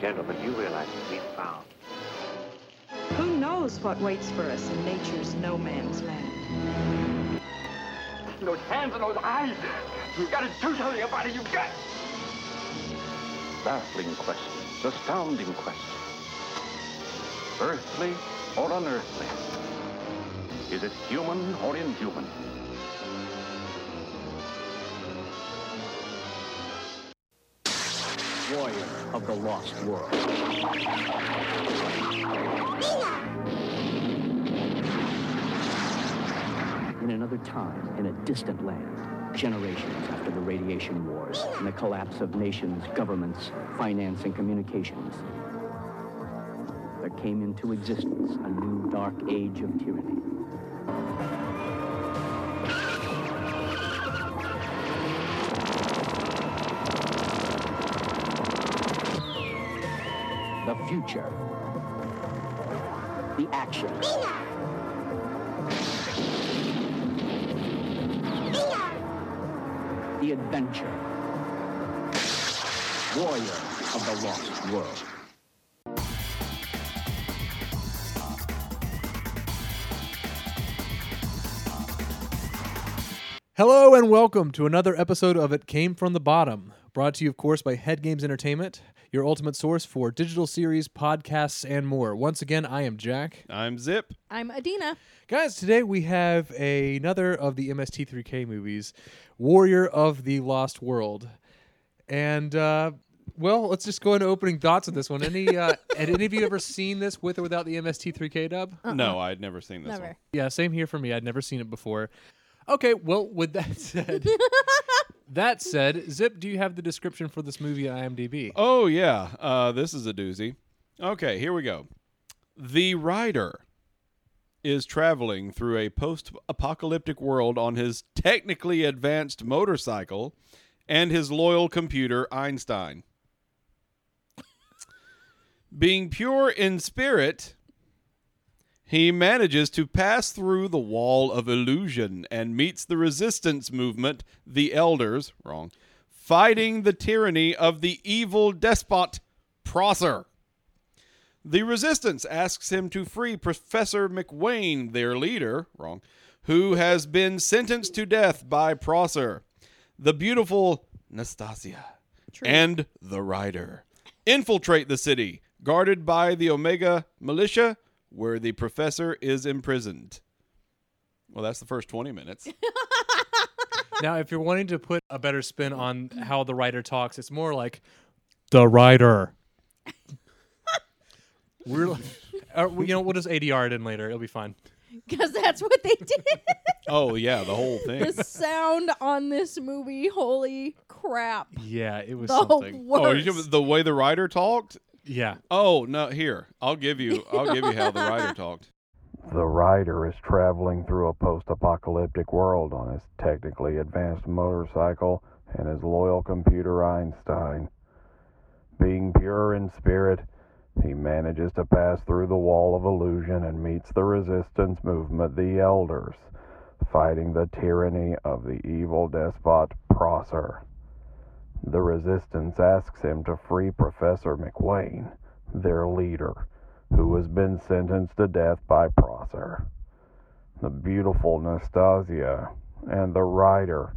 Gentlemen, you realize we've found Who knows what waits for us in nature's no man's land? those hands and those eyes. You've got to do something about it. You've got. baffling questions, astounding questions. Earthly or unearthly? Is it human or inhuman? warrior of the lost world. In another time, in a distant land, generations after the radiation wars and the collapse of nations, governments, finance, and communications, there came into existence a new dark age of tyranny. The future. The action. The adventure. Warrior of the Lost World. Hello and welcome to another episode of It Came From the Bottom, brought to you, of course, by Head Games Entertainment, your ultimate source for digital series, podcasts, and more. Once again, I am Jack. I'm Zip. I'm Adina. Guys, today we have another of the MST3K movies, Warrior of the Lost World. And, uh,. Well, let's just go into opening thoughts on this one. Any uh, had any of you ever seen this with or without the MST3K dub? No, I'd never seen this one. Never. Yeah, same here for me. I'd never seen it before. Okay, well, with that said, that said, Zip, do you have the description for this movie on IMDb? Oh yeah, uh, this is a doozy. Okay, here we go. The rider is traveling through a post-apocalyptic world on his technically advanced motorcycle and his loyal computer Einstein. Being pure in spirit, he manages to pass through the wall of illusion and meets the resistance movement, the elders, wrong, fighting the tyranny of the evil despot, Prosser. The resistance asks him to free Professor McWayne, their leader, wrong, who has been sentenced to death by Prosser, the beautiful Nastasia, and the rider. Infiltrate the city, guarded by the Omega militia, where the professor is imprisoned. Well, that's the first 20 minutes. Now, if you're wanting to put a better spin on how the writer talks, it's more like the writer. We're, li- or, you know, we'll just ADR it in later. It'll be fine. Because that's what they did. oh, yeah, the whole thing. the sound on this movie, holy crap. Yeah, it was The something. worst. Oh, you know the way the writer talked? Yeah. Oh, no, here. I'll give you I'll give you how the writer talked. The rider is traveling through a post apocalyptic world on his technically advanced motorcycle and his loyal computer Einstein. Being pure in spirit, he manages to pass through the wall of illusion and meets the resistance movement, the Elders, fighting the tyranny of the evil despot Prosser. The resistance asks him to free Professor McWayne, their leader, who has been sentenced to death by Prosser. The beautiful Nastasia and the rider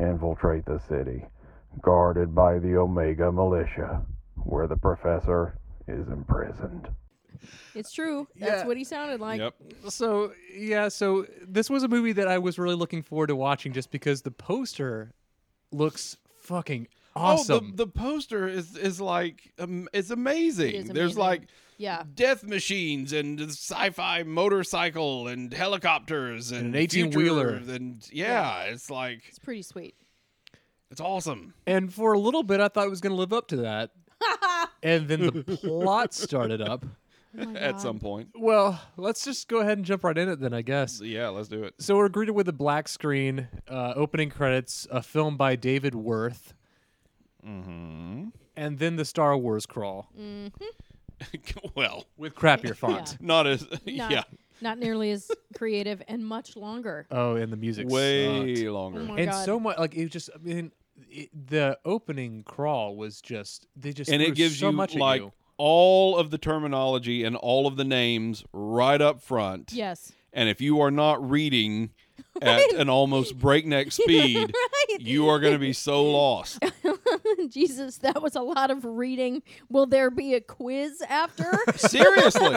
infiltrate the city, guarded by the Omega militia, where the professor is imprisoned. It's true. That's Yeah. what he sounded like. Yep. So, yeah, so this was a movie that I was really looking forward to watching just because the poster looks fucking awesome. Oh, the, the poster is is like um, it's amazing. It is There's amazing. like Yeah. death machines and sci-fi motorcycle and helicopters and, an 18-wheeler. future and yeah, it's like It's pretty sweet. it's awesome. And for a little bit, I thought it was going to live up to that. and then the plot started up. Oh At some point, Well, let's just go ahead and jump right in it then, I guess. yeah, let's do it. So we're greeted with a black screen, uh, opening credits, a film by David Worth, Mm-hmm. and then the Star Wars crawl well, with crappier font. not as Not- yeah, Not nearly as creative and much longer. Oh, and the music Way sucked. Oh longer. my and God. so much like it just. I mean, it, the opening crawl was just they just and threw it gives so you much at like you. all of the terminology and all of the names right up front. Yes. And if you are not reading at an almost breakneck speed, Right. you are going to be so lost. Jesus, that was a lot of reading. Will there be a quiz after? Seriously,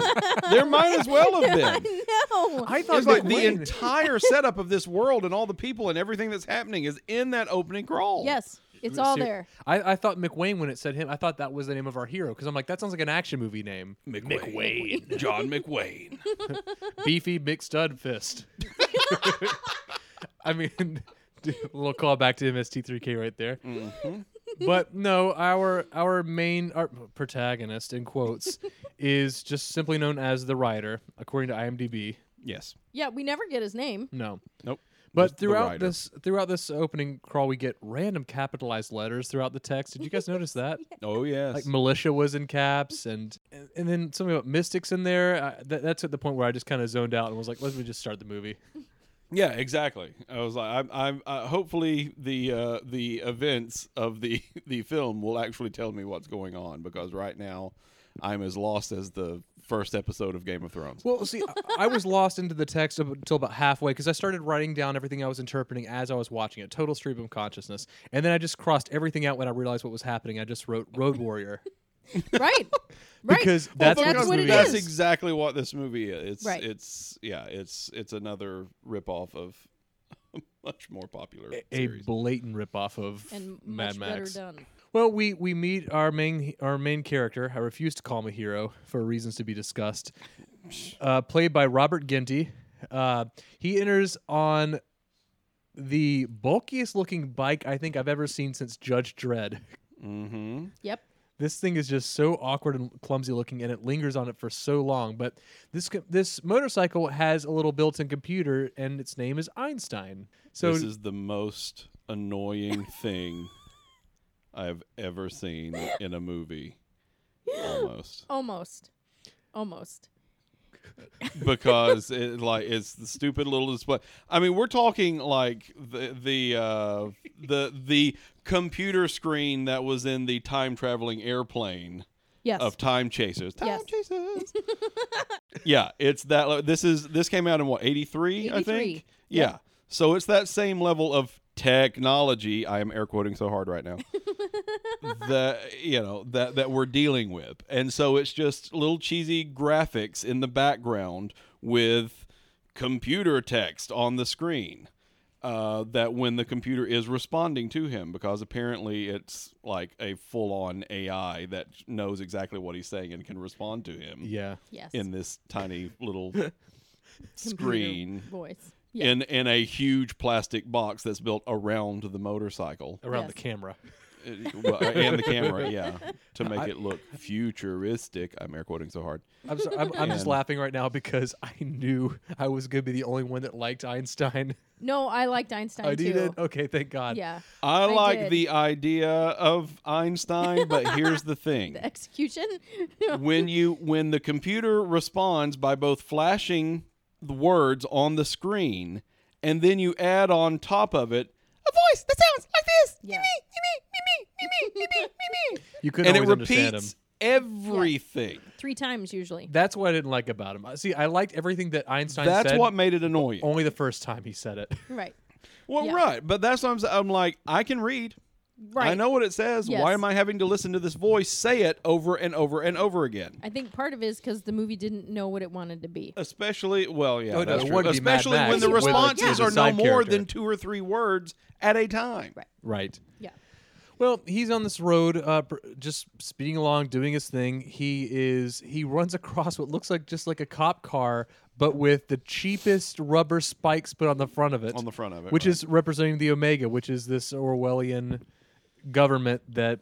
there might as well have been. no. I thought It's like that the Wayne- entire setup of this world and all the people and everything that's happening is in that opening crawl. Yes, it's all Ser- there. I, I thought McWayne when it said him. I thought that was the name of our hero because I'm like that sounds like an action movie name. McWayne. John McWayne. Beefy McStud Fist. I mean, a little callback to MST3K right there. But no, our our main our protagonist in quotes is just simply known as the writer, according to IMDb. Yes. Yeah, we never get his name. No. Nope. But Just the throughout writer. this throughout this opening crawl, we get random capitalized letters throughout the text. Did you guys notice that? Oh, yes. Like militia was in caps, and and, and then something about mystics in there. I, that, that's at the point where I just kind of zoned out and was like, "Let me just start the movie." Yeah, exactly. I was like, I'm, I'm. Uh, hopefully, the uh, the events of the the film will actually tell me what's going on because right now, I'm as lost as the first episode of Game of Thrones. Well, see, I- I was lost into the text up until about halfway because I started writing down everything I was interpreting as I was watching it. Total stream of consciousness, and then I just crossed everything out when I realized what was happening. I just wrote Road Warrior. Right. right. Because Well, that's what this what it movie That's is. exactly what this movie is. It's Right. it's yeah, it's it's another ripoff of a much more popular A series. blatant ripoff of and Mad much better Max. done. Well, we we meet our main our main character. I refuse to call him a hero for reasons to be discussed. Uh, played by Robert Ginty. Uh, he enters on the bulkiest looking bike I think I've ever seen since Judge Dredd. mm-hmm. Yep. This thing is just so awkward and clumsy looking, and it lingers on it for so long. But this co- this motorcycle has a little built-in computer, and its name is Einstein. So this is the most annoying thing I've ever seen in a movie. Almost. Almost. Almost. because it like it's the stupid little display. I mean, we're talking like the the uh, the the computer screen that was in the time traveling airplane Yes. of Time Chasers. Time Yes. Chasers. yeah, it's that. le- This is this came out in what eighty three, I 83, think. Yeah. so it's that same level of technology. I am air quoting so hard right now. that you know that that we're dealing with, and so it's just little cheesy graphics in the background with computer text on the screen. Uh, that when the computer is responding to him, because apparently it's like a full-on AI that knows exactly what he's saying and can respond to him yeah, yes. in this tiny little Computer screen voice. Yeah. in in a huge plastic box that's built around the motorcycle around Yes. the camera. Uh, well, and the camera, yeah, to make it look futuristic. I'm air quoting so hard. I'm, sorry, I'm, I'm just And- laughing right now because I knew I was going to be the only one that liked Einstein. no, I liked Einstein I too. needed. Okay, thank God. Yeah. I, like did. the idea of Einstein, but here's the thing: The execution. when you when the computer responds by both flashing the words on the screen and then you add on top of it a voice that sounds like this. yeah. You couldn't and it always understand him. repeats everything. Three times usually. That's what I didn't like about him. See, I liked everything that Einstein That's said. Oh. what made it annoying. only the first time he said it. Right. Well, Yeah. right, but that's what I'm. s- I'm like, I can read. Right. I know what it says. Yes. Why am I having to listen to this voice say it over and over and over again? I think part of it is because the movie didn't know what it wanted to Uh, be. Especially, well, yeah, Oh, no, that's it true. wouldn't be Mad Especially when Max the with a- responses with a are no side more character. than two or three words at a time. Right. right. Yeah. Well, he's on this road, uh, pr- just speeding along, doing his thing. He is he runs across what looks like just like a cop car, but with the cheapest rubber spikes put on the front of it. On the front of it, which right. is representing the Omega, which is this Orwellian government that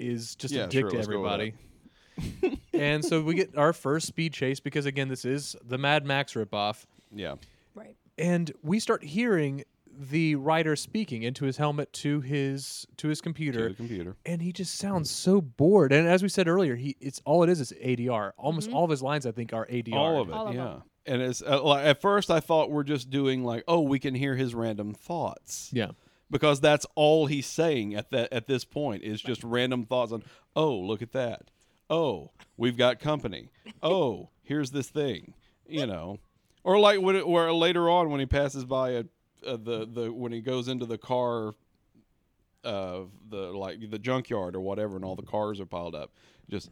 is just Yeah, a dick sure, to let's go with everybody. and so we get our first speed chase because again, this is the Mad Max ripoff Yeah. Right. and we start hearing the writer speaking into his helmet to his to his computer To the computer. and he just sounds so bored and as we said earlier he it's all it is is adr almost all of his lines i think are adr All of it. All of yeah. them. and it's uh, like at first I thought we're just doing like, oh, we can hear his random thoughts. Yeah. Because that's all he's saying at that at this point is just random thoughts on, oh, look at that. Oh, we've got company. Oh, here's this thing. You know, or like when it, or later on when he passes by a, uh the the when he goes into the car of the like the junkyard or whatever, and all the cars are piled up. Just,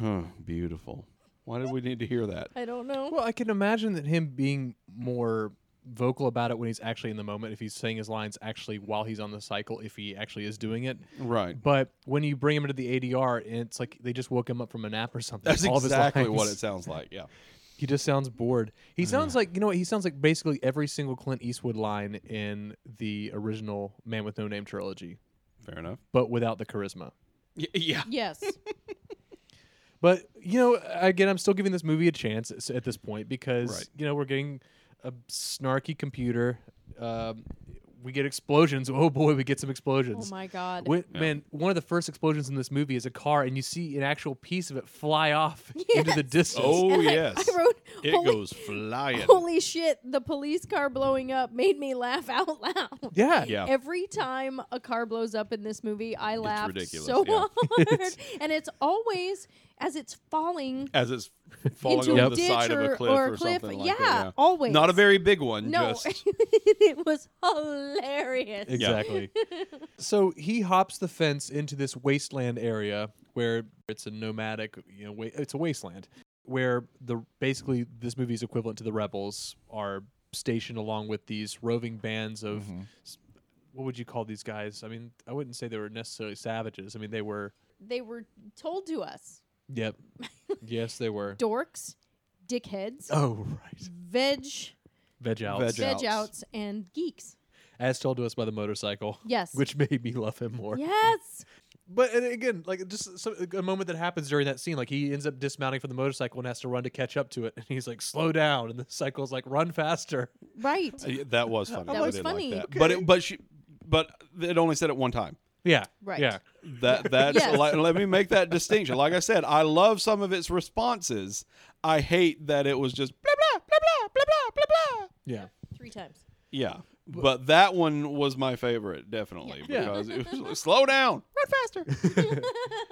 huh, beautiful. Why did we need to hear that? I don't know. Well, I can imagine that him being more vocal about it when he's actually in the moment, if he's saying his lines actually while he's on the cycle, if he actually is doing it. Right. But when you bring him into the ADR, and it's like they just woke him up from a nap or something. That's all of his exactly what lines. it Mm-hmm. sounds like. Yeah. He just sounds bored. He sounds like you know what? He sounds like basically every single Clint Eastwood line in the original Man with No Name trilogy, Fair enough. but without the charisma. yeah. Yes. But you know, again, I'm still giving this movie a chance s- at this point because Right. you know we're getting a snarky computer. Um, we get explosions. Oh boy, we get some oh explosions. my god. Wh- Man, one of the first explosions in this movie is a car, and you see an actual piece of it fly off into the distance. Oh And I- yes. I wrote, it holy, goes flying. holy shit, the police car blowing up made me laugh out loud. yeah, Yeah. Every time a car blows up in this movie, I laugh ridiculous, so yeah. hard. and it's always as it's falling As it's falling into over a the ditch side or, of a cliff or or, a cliff. something yeah, like that. Yeah. always. Not a very big one. no. Just uh, it was hilarious. exactly. so he hops the fence into this wasteland area where it's a nomadic, you know, wa- it's a wasteland where the basically this movie's equivalent to the rebels are stationed along with these roving bands of s- what would you call these guys? I mean, I wouldn't say they were necessarily savages. I mean, they were. They were told to us, Yep. yes, they were. dorks, dickheads, Oh right, veg, veg outs. Veg veg outs. outs, and geeks. as told to us by the motorcycle. Yes. which made me love him more. Yes. But and again, like just so, a moment that happens during that scene, like he ends up dismounting from the motorcycle and has to run to catch up to it, and he's like, "Slow down!" and the cycle's like, "Run faster!" Right. Uh, yeah, that was funny. That I was did funny. Like that. But it, but she but it only said it one time. Yeah, Right. Yeah, That that's Yes. like, let me make that distinction. Like I said, I love some of its responses. I hate that it was just blah blah blah blah blah blah blah blah. yeah. Three times. Yeah. But that one was my favorite, definitely, because it was like, slow down, run faster.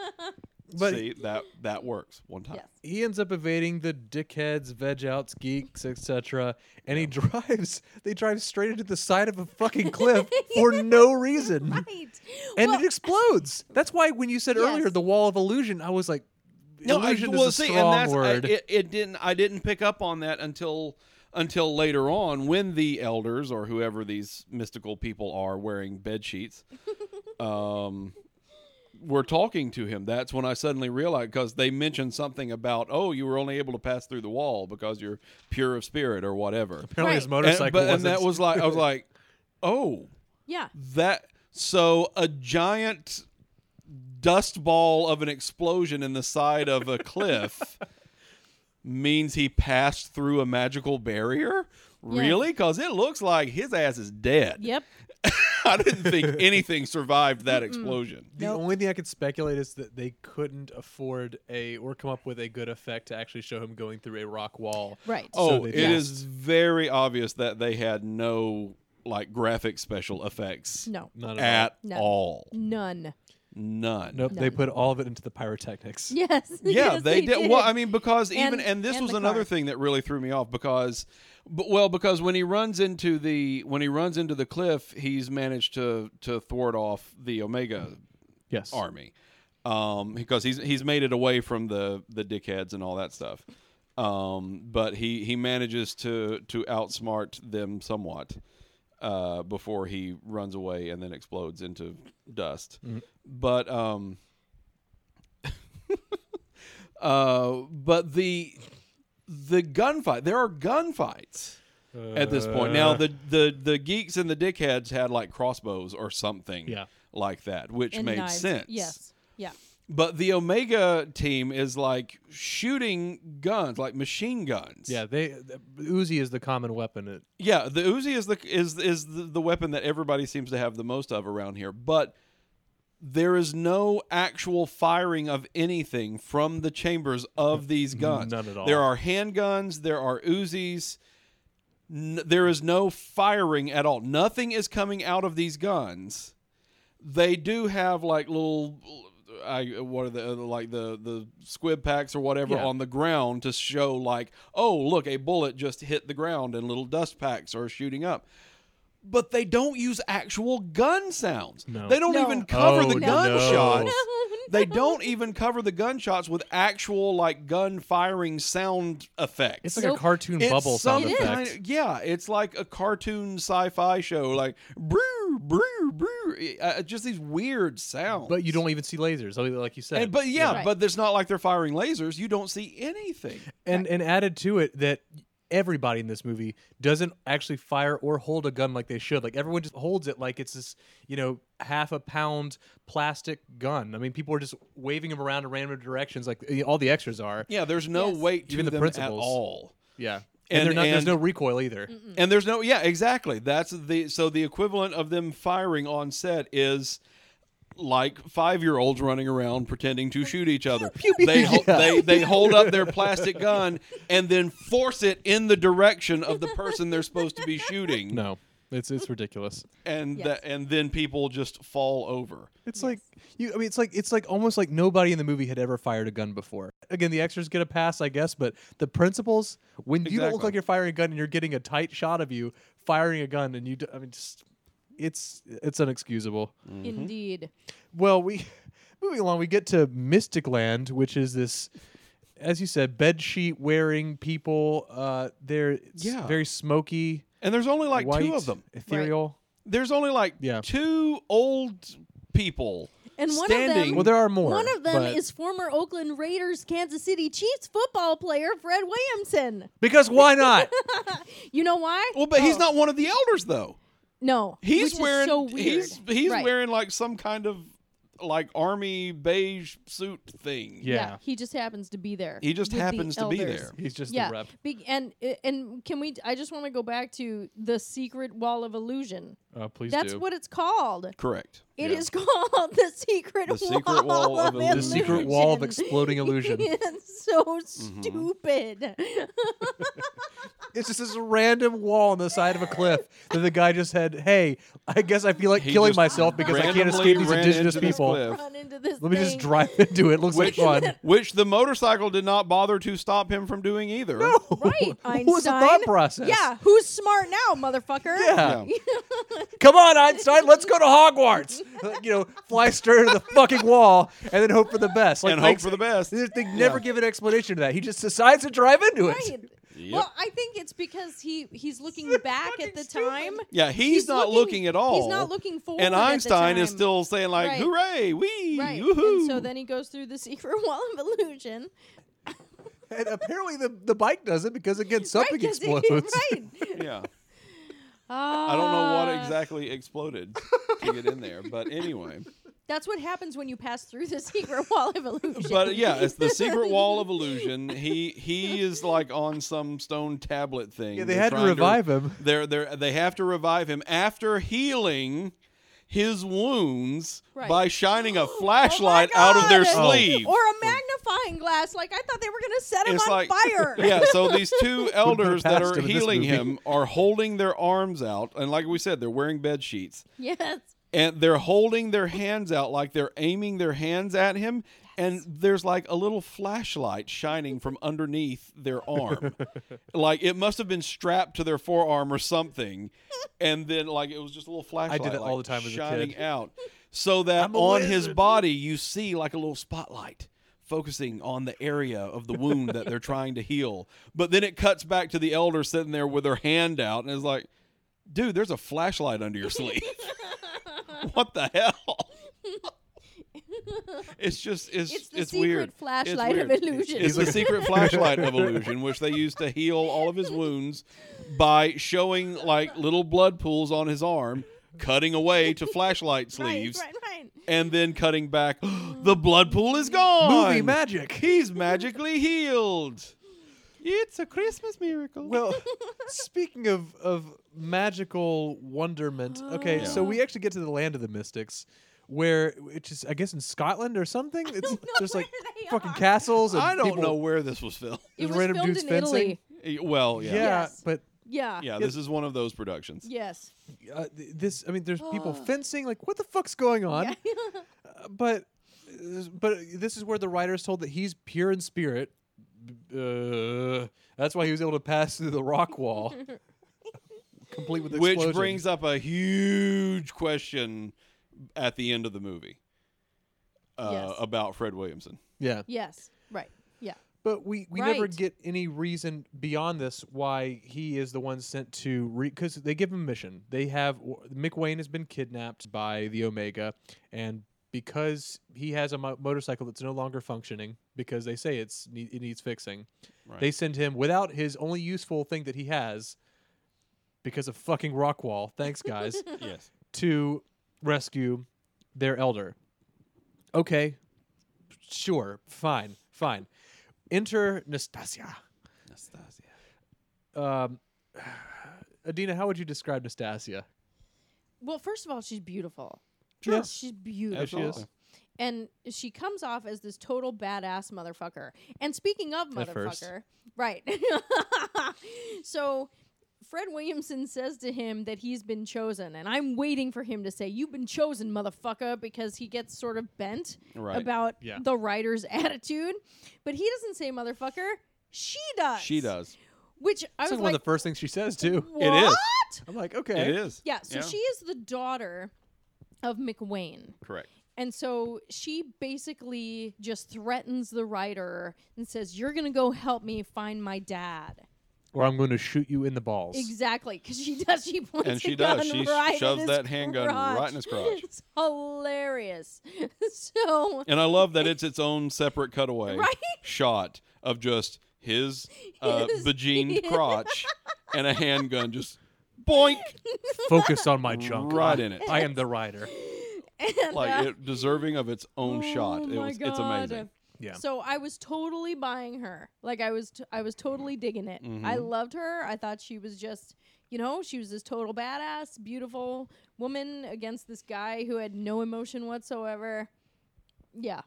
But See that that works one time. Yes. he ends up evading the dickheads, veg outs, geeks, etc., and he drives. They drive straight into the side of a fucking cliff for no reason, Right. and well, it explodes. That's why when you said earlier Yes. the wall of illusion, I was like, illusion well, is a see, and strong that's- I- word. it, it didn't. I didn't pick up on that until until later on when the elders or whoever these mystical people are wearing bed sheets, um, were talking to him. That's when I suddenly realized because they mentioned something about oh, you were only able to pass through the wall because you're pure of spirit or whatever. Apparently, his Right. motorcycle and, but, and wasn't- that was like I was like, oh, yeah. that so a giant dust ball of an explosion in the side of a cliff means he passed through a magical barrier? Really? Because it looks like his ass is dead. Yep. I didn't think anything survived that explosion. The only thing I could speculate is that they couldn't afford a or come up with a good effect to actually show him going through a rock wall. Right. So Oh, they it just- is very obvious that they had no like graphic special effects No. Not at all. at No. all. None. None. Nope, they put all of it into the pyrotechnics. Yes. Yeah, yes, they, did. Well, I mean, because And- even and this and was the another car. thing that really threw me off because, but, well, because when he runs into the when he runs into the cliff, he's managed to to thwart off the Omega Yes. army, um, because he's he's made it away from the the dickheads and all that stuff. Um, but he he manages to to outsmart them somewhat uh, before he runs away and then explodes into dust. But um, uh, but the the gunfight. There are gunfights at this point. Uh, Now the the the geeks and the dickheads had like crossbows or something Yeah. like that, which And made knives. sense. Yes. Yeah. But the Omega team is like shooting guns, like machine guns. Yeah, they the, Uzi is the common weapon. It, Yeah, the Uzi is the is is the, the weapon that everybody seems to have the most of around here, but there is no actual firing of anything from the chambers of these guns. None at all. There are handguns, there are Uzis. N- there is no firing at all. Nothing is coming out of these guns. They do have like little, I what are the uh, like the the squib packs or whatever Yeah. on the ground to show like, oh look, a bullet just hit the ground and little dust packs are shooting up. But they don't use actual gun sounds. No. They don't No. even cover Oh, the no. gunshots. No, They no. don't even cover the gunshots with actual like gun firing sound effects. It's like Nope. a cartoon It's bubble sound some effect. kind- yeah, it's like a cartoon sci-fi show, like brew, brew, brew. Uh, just these weird sounds. but you don't even see lasers, like- like you said. And, but yeah, Right. but there's not like they're firing lasers. You don't see anything. and and added to it that everybody in this movie doesn't actually fire or hold a gun like they should like everyone just holds it like it's this you know half a pound plastic gun i mean people are just waving them around in random directions like eh, all the extras are Yeah, there's no Yes. weight to Even the them at principles. all. yeah And- and, they're not, there's and- no recoil either And there's no yeah, exactly. That's the so the equivalent of them firing on set is like five year olds running around pretending to shoot each other. They, ho- they they hold up their plastic gun and then force it in the direction of the person they're supposed to be shooting. no it's it's ridiculous And Yes. tha- and then people just fall over. It's like you. I mean, it's like it's like almost like nobody in the movie had ever fired a gun before. Again, the extras get a pass, I guess, but the principals. When you don't look Exactly. like you're firing a gun and you're getting a tight shot of you firing a gun, and you, d- I mean, just it's it's unexcusable. Mm-hmm. Indeed. Well, we moving along, we get to Mystic Land, which is this, as you said, bed sheet wearing people. Uh, they're it's Yeah. very smoky, And there's only like white, two of them. ethereal. There's only like Yeah. two old people And one of them- standing. Well, there are more. One of them but- is former Oakland Raiders, Kansas City Chiefs football player Fred Williamson. because why not? You know why? well, but he's Oh, not one of the elders though. No, which He's is wearing so weird. he's he's Right. wearing like some kind of like army beige suit thing. Yeah. he just happens to be there. He just with the happens to be elders. there. He's just yeah, the rep. Be- and and can we? I just want to go back to the secret wall of illusion. Uh, please That's do. what it's called. Correct. It Yeah. is called the secret The wall. secret wall of of illusion. illusion. the secret wall of illusion. exploding illusion. Mm-hmm. it's so stupid. It's just this random wall on the side of a cliff that the guy just had. Hey, I guess I feel like He killing just myself because I can't randomly escape these ran indigenous into this people. cliff. Run into this Let me just thing. drive into it. Looks like Which fun. which the motorcycle did not bother to stop him from doing either. Right, What Einstein. was the thought process? Yeah, who's smart now, motherfucker? Yeah. Come on, Einstein. Let's go to Hogwarts. Like, you know, fly straight into the fucking wall and then hope for the best. Like, And hope thanks- for the best. They they never give an explanation to that. He just decides to drive into it. Right. Well, I think it's because he he's looking back at the time. Yeah, he's, not looking, at all. He's not looking forward. And at the Einstein is time. still saying like, Right. "Hooray, wee, right. woohoo!" And so then he goes through the secret wall of illusion. And apparently the, the bike does it because, again, something right, 'cause he- explodes. right. yeah, Ah. I don't know what exactly exploded to get in there, but anyway. That's what happens when you pass through the secret wall of illusion. But yeah, it's the secret wall of illusion. He he is like on some stone tablet thing. Yeah, they They're had to trying revive him. They're they are they have to revive him after healing his wounds Right. by shining a Oh my flashlight out of their Oh. God! sleeve. Or a magnifying glass. Like I thought they were gonna set him it's on like fire. Yeah, so these two elders that passed are him in this healing movie? him are holding their arms out, and like we said, they're wearing bed sheets. Yes. and they're holding their hands out like they're aiming their hands at him and there's like a little flashlight shining from underneath their arm like it must have been strapped to their forearm or something and then like it was just a little flashlight that all like, the time as a shining kid. out so that I'm a on his wizard. body you see like a little spotlight focusing on the area of the wound that they're trying to heal but then it cuts back to the elder sitting there with her hand out and is like dude there's a flashlight under your sleeve what the hell? it's just it's It's it's, the secret weird. It's flashlight of weird. illusion. It's the secret flashlight of illusion, which they use to heal all of his wounds by showing like little blood pools on his arm, cutting away to flashlight sleeves, Right, right, right. and then cutting back. the blood pool is gone. Movie magic. He's magically healed. It's a Christmas miracle. Well, speaking of Oh. of magical wonderment, okay, so we actually get to the land of the mystics, where it's just I guess in Scotland or something. It's know just like where they fucking are. castles. And I don't people- know where this was filmed. It There's was random filmed dudes in fencing? Italy. Eh, Well, Yeah, yeah. Yes. but Yeah. Yeah, this is one of those productions. Yes. uh, th- this I mean, there's people Ugh. fencing. Like, what the fuck's going on? Yeah. Uh, but but this is where the writer is told that he's pure in spirit. Uh, that's why he was able to pass through the rock wall, complete with Which explosions. brings up a huge question at the end of the movie uh, Yes. about Fred Williamson. yeah. yes. Right. Yeah. But we, we never Right. get any reason beyond this why he is the one sent to because they give him a mission. They have Mick Wayne has been kidnapped by the Omega, and because he has a mo- motorcycle that's no longer functioning because they say it's ne- it needs fixing, they send him without his only useful thing that he has because of fucking rock wall. Thanks guys Yes. to rescue their elder. Okay, sure, fine, fine. Enter Nastasia. Um, Adina, how would you describe Nastasia? Well, first of all, she's beautiful. Sure. Yes, she's beautiful. is. And she comes off as this total badass motherfucker. And speaking of At first. motherfucker, right. so Fred Williamson says to him that he's been chosen, and I'm waiting for him to say, You've been chosen, motherfucker, because he gets sort of bent Right. about Yeah. the writer's attitude. But he doesn't say motherfucker. She does. She does. Which I That's was like one like, of the first things she says too. what? is. I'm like, okay, It is. Yeah, so she is the daughter of McWayne. Correct. And so she basically just threatens the writer and says, You're going to go help me find my dad. or I'm going to shoot you in the balls. Exactly. Because she does. She points And she a does. gun She right at shoves his that handgun crotch. right in his crotch. It's hilarious. so, And I love that it's its own separate cutaway Right? shot of just his, uh, His- bejeaned crotch and a handgun just boink Focus on my junk. Right I- in it. I am the writer. and, uh, like it, deserving of its own shot. Oh It my was, it's God. amazing. Yeah. So I was totally buying her. Like I was, t- I was totally digging it. I Mm-hmm. loved her. I thought she was just, you know, she was this total badass, beautiful woman against this guy who had no emotion whatsoever. Yeah.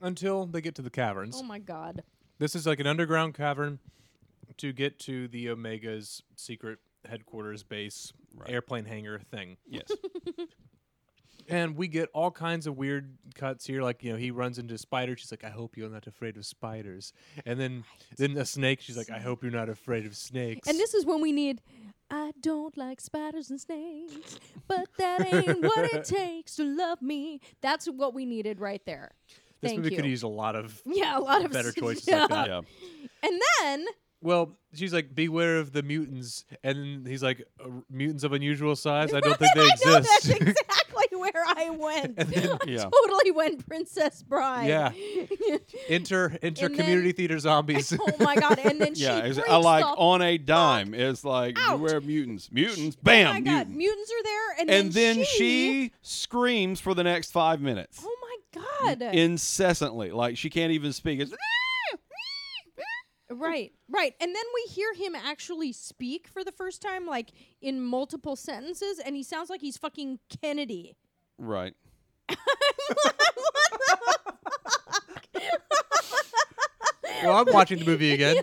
Until they get to the caverns. Oh my god. This is like an underground cavern to get to the Omega's secret headquarters base, airplane hangar thing. Yes. And we get all kinds of weird cuts here. Like, you know, he runs into a spider. She's like, I hope you're not afraid of spiders. And then then a snake. She's like, I hope you're not afraid of snakes. And this is when we need. I don't like spiders and snakes, but that ain't what it takes to love me. That's what we needed right there. this Thank movie you. could use a lot of yeah, a lot of better choices Yeah. like that. yeah. And then Well, she's like, beware of the mutants. And he's like, "Uh, mutants of unusual size? I don't think they I know that's exist. exactly where I went. I yeah. totally went Princess Bride. Yeah. enter enter And then- community theater zombies. oh my god! And then Yeah, she exa- freaks I like the- on a dime. It's like out. beware mutants, mutants, Oh my bam, god! mutant. Mutants are there, and, And then she. she screams for the next five minutes Oh my god! incessantly, like she can't even speak. It's right, right. And then we hear him actually speak for the first time, like in multiple sentences, and he sounds like he's fucking Kennedy. right. well, I'm watching the movie again.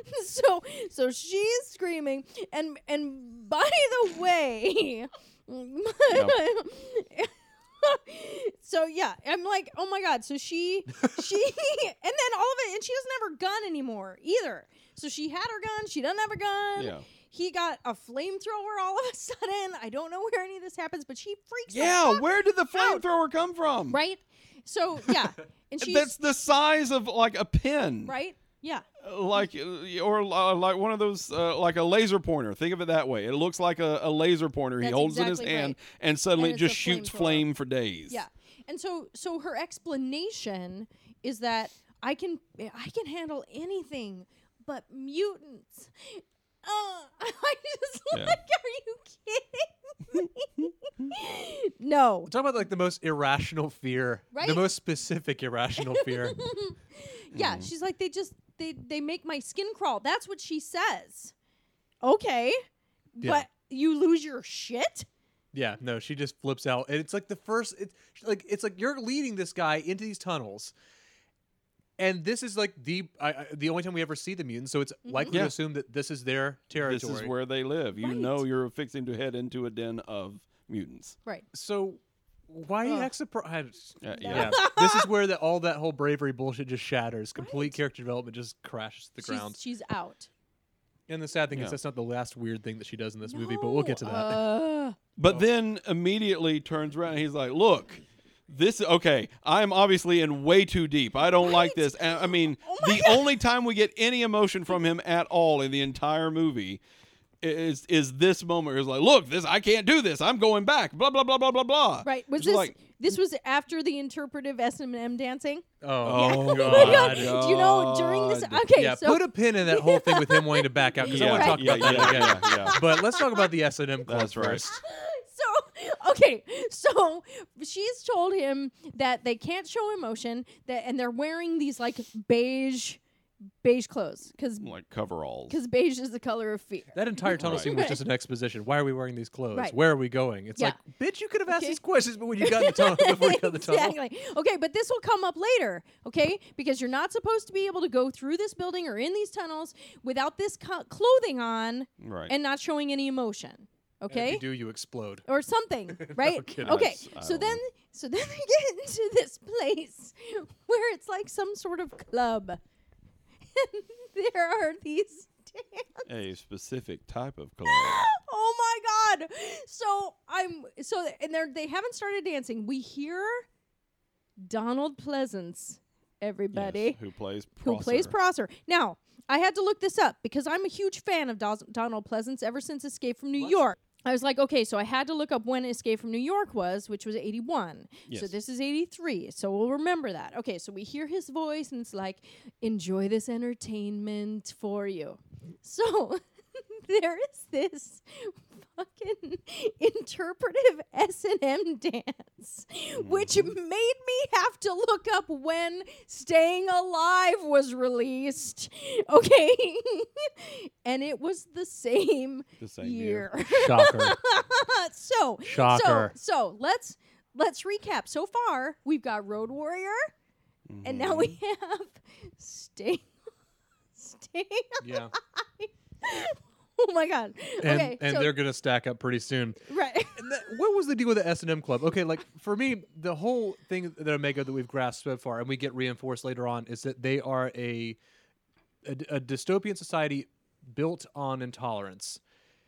so so she's screaming and and by the way so yeah i'm like oh my god so she she and then all of it and she doesn't have her gun anymore either so she had her gun she doesn't have her gun Yeah. he got a flamethrower all of a sudden i don't know where any of this happens but she freaks the Yeah, fuck where did the out, flamethrower come from? right so yeah and she's That's the size of like a pin, right yeah Like uh, or uh, like one of those, uh, like a laser pointer. Think of it that way. It looks like a, a laser pointer. he That's holds in his exactly hand, right. and suddenly And it it's a just shoots flamethrower. flame for days. Yeah. And so so her explanation is that I can I can handle anything but mutants. Uh, I just Yeah. like are you kidding me? no. Talk about like the most irrational fear, Right? the most specific irrational fear. Mm-hmm. Yeah, she's like they just they they make my skin crawl. That's what she says. Okay. Yeah. you lose your shit? Yeah, no, she just flips out, and it's like the first. It's like it's like you're leading this guy into these tunnels, and this is like the I, I, the only time we ever see the mutants. So it's Mm-hmm. likely Yeah. to assume that this is their territory. This is where they live. You Right. know you're fixing to head into a den of mutants. Right. So why Ugh. act surprised? Uh, Yeah, this is where that all that whole bravery bullshit just shatters. Complete character development just crashes to the She's- ground. She's out. And the sad thing Yeah. is that's not the last weird thing that she does in this movie, but we'll get to that. Uh, But then immediately turns around and he's like, "Look, this okay. I am obviously in way too deep. I don't like this." And, I mean, the only time we get any emotion from him at all in the entire movie is is this moment. where He's like, "Look, this I can't do this. I'm going back." Blah blah blah blah blah blah. right. Was It's this like- this was after the interpretive S and M dancing? oh, Yeah. Oh my god. God. Do you know during this? God. Okay, yeah, so put a pin in that whole thing with him wanting to back out because I want to talk yeah, about yeah, that again. yeah, yeah. But let's talk about the S and M club That's right. first. so okay, so she's told him that they can't show emotion that, and they're wearing these like beige beige clothes because Like coveralls. because beige is the color of fear. That entire tunnel Right. scene was just an exposition. Why are we wearing these clothes? Right. Where are we going? It's Yeah. like, bitch, you could have asked Okay. these questions, but when you got in the tunnel, before you got in the tunnel, Exactly. Okay, but this will come up later, okay? Because you're not supposed to be able to go through this building or in these tunnels without this co- clothing on Right. and not showing any emotion, if okay? you do, you explode. or something, right? kidding. okay, I so don't then so then we get into this place where it's like some sort of club. And there are these damn a specific type of cologne. Oh my god. So I'm so and they're they haven't started dancing. We hear Donald Yes, Pleasance, everybody. who plays who plays Prosser. Prosser. Now, I had to look this up because I'm a huge fan of Dos- Donald Pleasance ever since Escape from New York. I was like, okay, so I had to look up when Escape from New York was, which was 81. So Yes. this is 83. So we'll remember that. Okay, so we hear his voice and it's like, enjoy this entertainment for you. So there is this fucking interpretive S&M dance which made me have to look up when Staying Alive was released. Okay. and it was the same, The same year. Shocker. so, Shocker. so so let's let's recap. So far, we've got Road Warrior and now we Mm-hmm. have Staying Staying Yeah. Oh my god. And, okay. and so, they're going to stack up pretty soon. right. And that, what was the deal with the S and M club? Okay, like for me, the whole thing that Omega that we've grasped so far, and we get reinforced later on, is that they are a a, a dystopian society built on intolerance.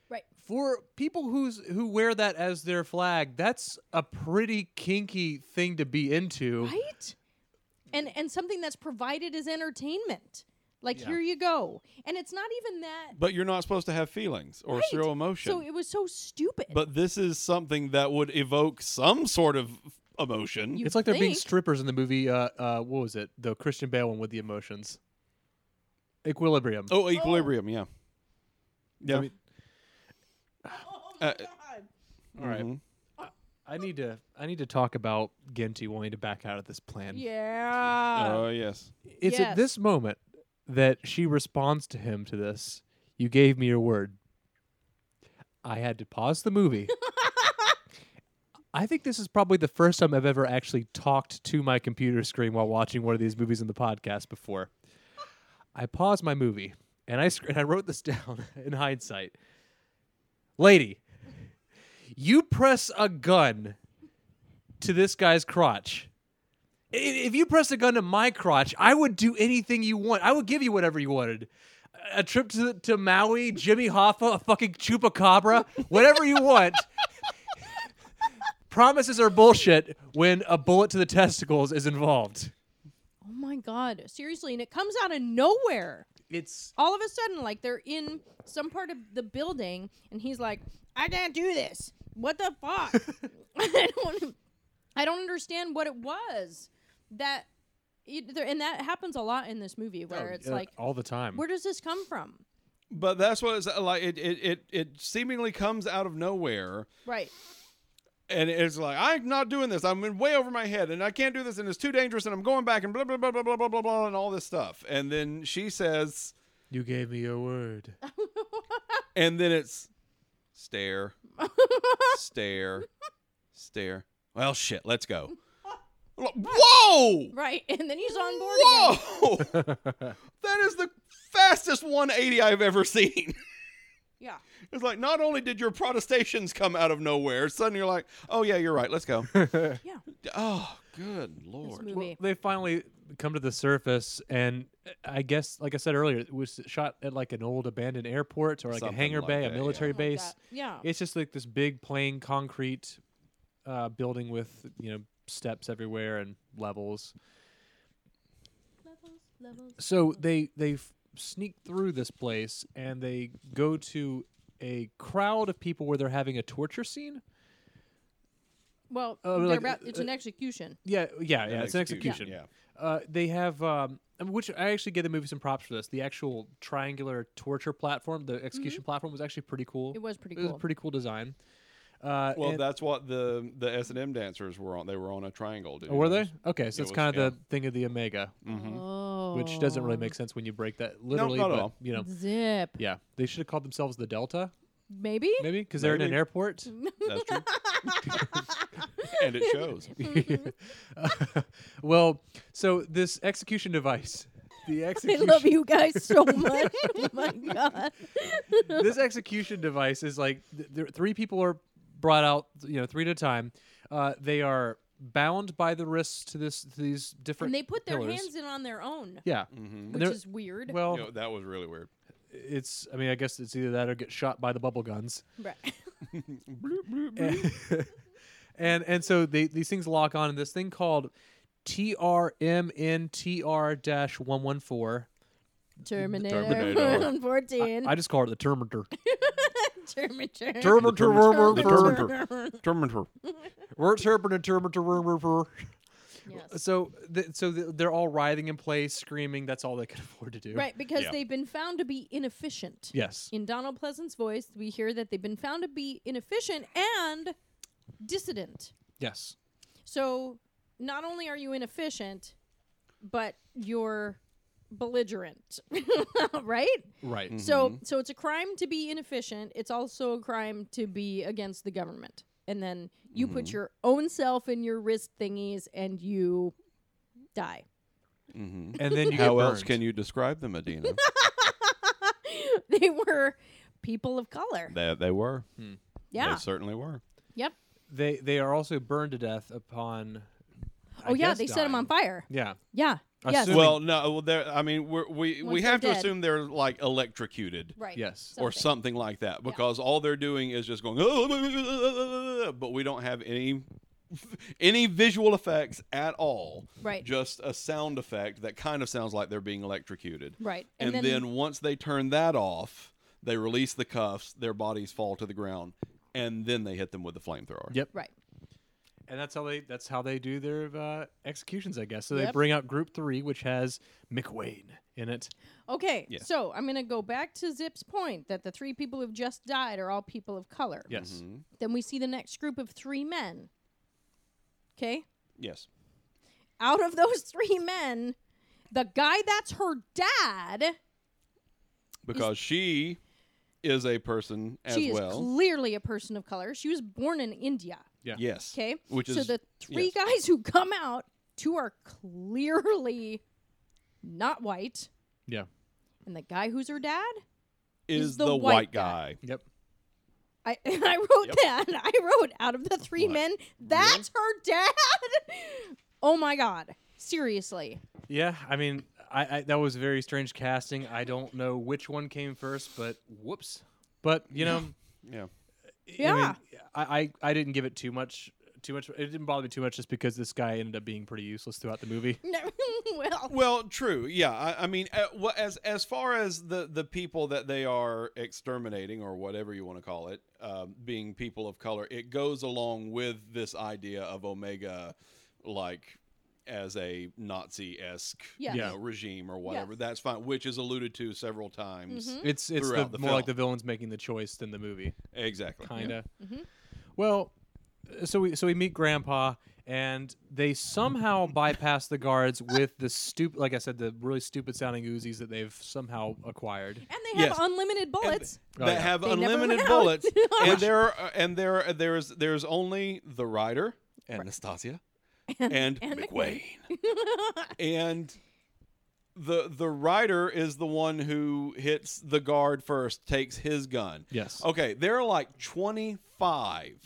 Right. For people who's who wear that as their flag, that's a pretty kinky thing to be into. right and and something that's provided as entertainment like Yeah. here you go and it's not even that But you're not supposed to have feelings or show Right. emotion. so it was so stupid but this is something that would evoke some sort of emotion. You It's like they're being think. strippers in the movie. Uh, uh, what was it? The Christian Bale one with the emotions. Equilibrium. oh, equilibrium, yeah. Yeah. I mean, Oh, Uh, all right. mhm. I need to I need to talk about Genty wanting to back out of this plan. yeah oh, yes. It's Yes. at this moment that she responds to him to this. You gave me your word. I had to pause the movie. I think this is probably the first time I've ever actually talked to my computer screen while watching one of these movies in the podcast before. I paused my movie and I sc- and I wrote this down in hindsight. Lady, you press a gun to this guy's crotch. I- If you pressed a gun to my crotch, I would do anything you want. I would give you whatever you wanted. A trip to, to Maui, Jimmy Hoffa, a fucking chupacabra, whatever you want. Promises are bullshit when a bullet to the testicles is involved. oh my god seriously and it comes out of nowhere It's all of a sudden like they're in some part of the building and he's like i can't do this what the fuck I, don't, I don't understand what it was that it, there- and that happens a lot in this movie where it's like Oh, all the time. where does this come from But that's what it's uh, like. It, it, it, it seemingly comes out of nowhere. right And it's like, I'm not doing this. I'm in way over my head and I can't do this and it's too dangerous and I'm going back and blah, blah, blah, blah, blah, blah, blah, blah, and all this stuff. And then she says, You gave me your word. and then it's stare, stare, stare. Well, shit, let's go. Whoa! Right. And then he's on board again. Whoa! that is the fastest 180 I've ever seen. Yeah. It's like not only did your protestations come out of nowhere, suddenly you're like, oh yeah, you're right, let's go. Yeah. oh, good This lord. movie. They finally come to the surface, and uh, I guess, like I said earlier, it was shot at like an old abandoned airport or like Something a hangar like bay, a that, yeah. military Something like base. that. Yeah. It's just like this big plain concrete uh, building with you know steps everywhere and levels. levels, levels. So they they f- sneak through this place and they go to a crowd of people where they're having a torture scene. Well, Uh, they're like, about, it's uh, an execution. Yeah, yeah, yeah. It's an execution, execution. yeah. Uh, they have, um, which I actually gave the movie some props for this. The actual triangular torture platform, the execution platform, was actually pretty cool. Mm-hmm. It was pretty It was a cool. pretty cool design. Uh, Well, and- that's what the the S and M dancers were on. They were on a triangle. Did oh, you were notice? they? Okay, so It it's was- kind of yeah. the thing of the Omega, Oh. which doesn't really make sense when you break that literally. not at but, all. You know, Mm-hmm. Zip. yeah, they should have called themselves the Delta, Maybe? maybe, because they're in an Maybe. airport. That's true. and it shows. well, so this execution device, the I execution, love you guys so much. oh my god. this execution device is like th- there, three people are brought out, you know, three at a time. Uh, they are bound by the wrists to this to these different. And they put their pillars. hands in on their own, Yeah, Mm-hmm. And which they're- is weird. well, You know, that was really weird. it's. I mean, I guess it's either that or get shot by the bubble guns. Right. and and- and so they, these things lock on, and this thing called TRMNTR one one four. Terminator, Terminator. 114. I just call it the Terminator. Terminator. Terminator. Oh, Terminator. Terminator. We're interpreting Terminator rumor. Yes. So, th- so th- they're all writhing in place, screaming. That's all they could afford to do. Right, because Yeah. they've been found to be inefficient. Yes. In Donald Pleasant's voice, we hear that they've been found to be inefficient and dissident. Yes. So not only are you inefficient, but you're belligerent, right? Right. Mm. So so it's a crime to be inefficient. It's also a crime to be against the government. And then you put your own self in your wrist thingies and you die. And then you Mm-hmm. How get else burned. can you describe them, Adina? they were people of color. they, they were. Yeah. They certainly were. Yep. They they are also burned to death upon. I Oh yeah, guess they set him on dying. fire. Yeah. Yeah. Yes. Assuming- Well, no, well, there. I mean, we're, we we Once they're have to dead. assume they're like electrocuted right. Yes. or something like that because all they're doing is just going, but we don't have any any visual effects at all. Right. Just a sound effect that kind of sounds like they're being electrocuted. Right. And, then, once they turn that off, they release the cuffs. Their bodies fall to the ground, and then they hit them with the flamethrower. Yep. right. And that's how they that's how they do their uh, executions, I guess. So they Yep. bring out Group Three, which has McWayne in it. Okay, Yeah. so I'm going to go back to Zip's point that the three people who've just died are all people of color. Yes. Then we see the next group of three men. Okay? Yes. Out of those three men, the guy that's her dad, Because she is a person as she is well. clearly a person of color. She was born in India. Yes. Okay? Which so is- the three guys who come out, two are clearly not white, Yeah. and the guy who's her dad Is the, white, guy. Yep. I and I wrote that. I wrote out of the three men, that's her dad. oh my god. Seriously. Yeah. I mean, I, I that was very strange casting. I don't know which one came first, but whoops. But you know. Yeah. I, Yeah. mean, I, I I didn't give it too much too much. It didn't bother me too much just because this guy ended up being pretty useless throughout the movie. No, well, Well, true. Yeah, I, I mean, uh, wha- as as far as the the people that they are exterminating or whatever you want to call it, uh, being people of color, it goes along with this idea of Omega, like as a Nazi esque Yes. Yeah. regime or whatever. Yes. Mm-hmm. That's fine, which is alluded to several times. It's it's the, Throughout the more like the film. villains making the choice than the movie, Exactly. kinda. Well, so we so we meet grandpa and they somehow bypass the guards with the stupid like i said the really stupid sounding uzis that they've somehow acquired And they have Yes. unlimited bullets. Oh, that yeah. have They never unlimited went out. bullets, and there are, and there there's there's only the rider Anastasia and, and McWayne, and the the rider is the one who hits the guard first, takes his gun. Yes. Okay, there are like twenty five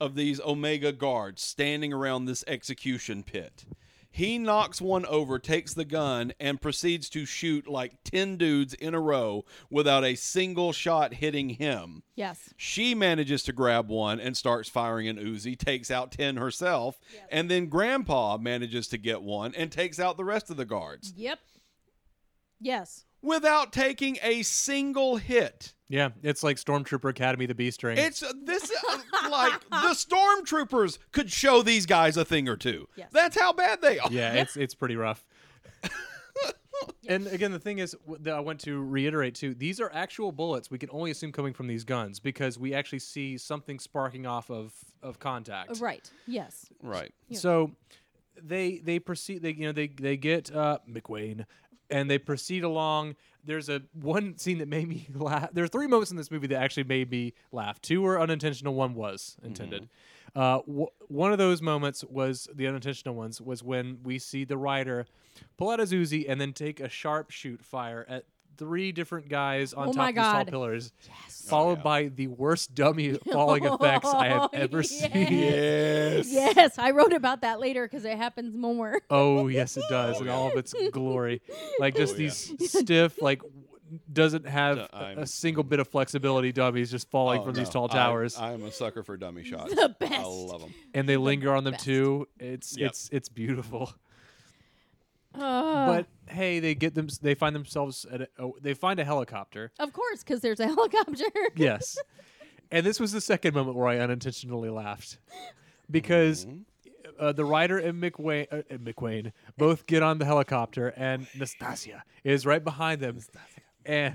of these Omega guards standing around this execution pit. He knocks one over, takes the gun, and proceeds to shoot like 10 dudes in a row without a single shot hitting him. Yes. She manages to grab one and starts firing an Uzi, takes out 10 herself, and then Grandpa manages to get one and takes out the rest of the guards Yep. Yes. without taking a single hit. yeah it's like stormtrooper academy the b string It's this uh, like the stormtroopers could show these guys a thing or two. Yes. That's how bad they are. yeah it's it's pretty rough and again the thing is w- that i want to reiterate too these are actual bullets we can only assume coming from these guns because we actually see something sparking off of of contact Right. Yes. Right. So they they proceed. They you know they they get uh, McWayne, and they proceed along. There's a one scene that made me laugh. There are three moments in this movie that actually made me laugh. Two were unintentional. One was intended. Mm-hmm. Uh, w- one of those moments was the unintentional ones was when we see the rider pull out his Uzi and then take a sharp shoot fire at three different guys on Oh top my of these tall God. pillars, followed by the worst dummy falling effects I Oh, have ever seen. Yes. Yes. I wrote about that later because it happens more. Oh yes, it does, in all of its glory. Like Oh, just these stiff, like w- doesn't have Uh, a- I'm- a single bit of flexibility. Dummies just falling Oh, from no. these tall I- towers, I, am a sucker for dummy shots. The I best. love them. and they linger on them best. too. It's Yep. it's it's beautiful. Uh, but hey, they get them. They find themselves at a, oh, they find a helicopter. of course, because there's a helicopter. Yes, and this was the second moment where I unintentionally laughed because. Uh, the rider and McWayne, uh, and McWayne both get on the helicopter, and Nastasia is right behind them. and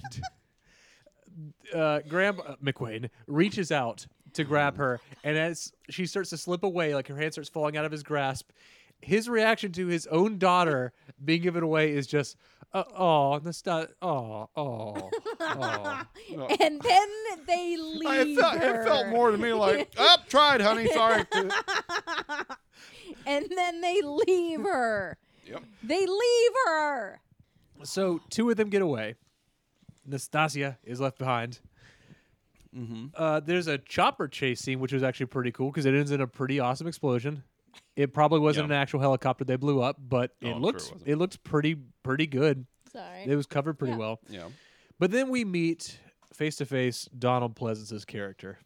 uh, Grandma uh, McQuain reaches out to grab her, and as she starts to slip away, like her hand starts falling out of his grasp, his reaction to his own daughter being given away is just, uh, "Oh, Nasta, oh, oh, oh." and then they leave. It felt, it felt her. more to me like, up, tried, honey. Sorry. And then they leave her. Yep. They leave her. So two of them get away. Nastasia is left behind. Mm-hmm. Uh, there's a chopper chase scene, which was actually pretty cool because it ends in a pretty awesome explosion. It probably wasn't Yeah. Oh, an actual helicopter they blew up, but it I'm sure it looked wasn't. it looked pretty pretty good. Sorry. It was covered pretty Yeah. well. yeah. But then we meet face to face Donald Pleasance's character.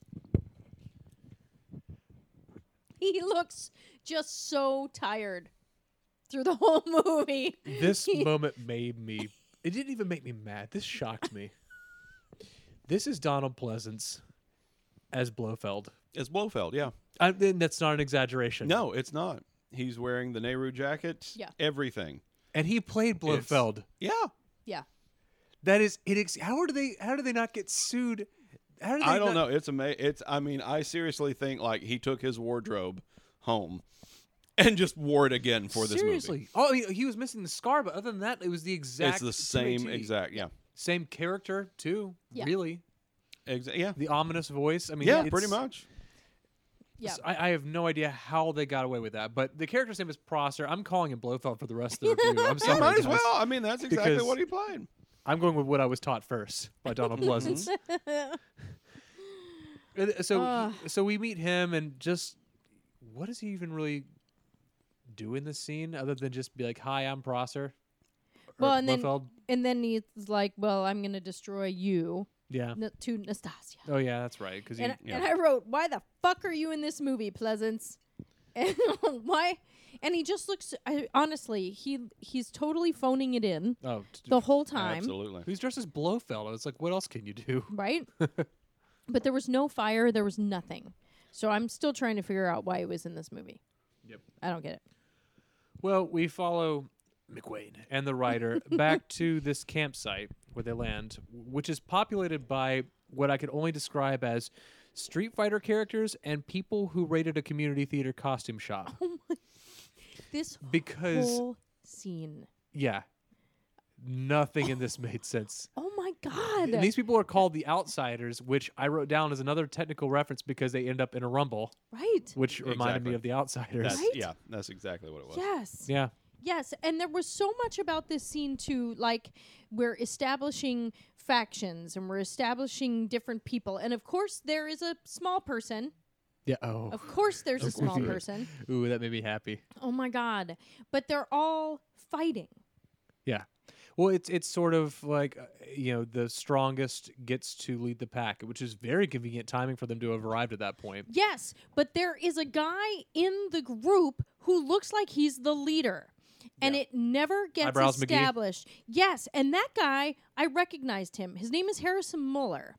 he looks just so tired through the whole movie. This moment made me. It didn't even make me mad. This shocked me. This is Donald Pleasance as Blofeld. It's Blofeld. Yeah. I, and that's not an exaggeration. No, it's not. He's wearing the Nehru jacket. Yeah. Everything. and he played Blofeld. Yeah. yeah. That is it. Ex- how do they? How do they not get sued? How do they I don't not- know. It's ama- It's. I mean, I seriously think like he took his wardrobe home and just wore it again for this Seriously. movie. Oh, he, he was missing the scar, but other than that, it was the exact. It's the to a same T. exact. Yeah. Same character too. Yeah. Really, Exa- yeah. the ominous voice. I mean, yeah. it's- Pretty much. Yeah. I, I have no idea how they got away with that, but the character's name is Prosser. I'm calling him Blofeld for the rest of the review. I'm sorry. You might as guys. well. I mean, that's exactly Because- what he played. I'm going with what I was taught first by Donald Pleasance. Uh, so, Ah. he- so we meet him, and just what does he even really do in this scene other than just be like, "Hi, I'm Prosser." Or Well, and then Blofeld. and then he's like, "Well, I'm gonna destroy you yeah. n- to Nastasia." Oh yeah, that's right. Because And, yeah. and I wrote, "Why the fuck are you in this movie, Pleasance? And why?" And he just looks. I, honestly, he he's totally phoning it in oh, t- the whole time, Absolutely. he's dressed as Blofeld. I was like, what else can you do? right? but there was no fire. There was nothing. So I'm still trying to figure out why he was in this movie. Yep. I don't get it. Well, we follow McWayne and the writer back to this campsite where they land, which is populated by what I could only describe as Street Fighter characters and people who raided a community theater costume shop. This Because- whole scene. Yeah. Nothing in this made sense. Oh my god. And these people are called the outsiders, which I wrote down as another technical reference because they end up in a rumble, right. which reminded Exactly. me of the outsiders. That's, Right? Yeah, that's exactly what it was. Yes. Yeah. Yes, and there was so much about this scene too. Like we're establishing factions and we're establishing different people, and of course there is a small person. Yeah. Oh. Of course there's a Of course small there is. person. Ooh, that made me happy. Oh my god! But they're all fighting. Yeah. Well, it's it's sort of like uh, you know the strongest gets to lead the pack, which is very convenient timing for them to have arrived at that point. Yes, but there is a guy in the group who looks like he's the leader. And it never gets Eyebrows McGee. established. Yes, and that guy, I recognized him. His name is Harrison Muller.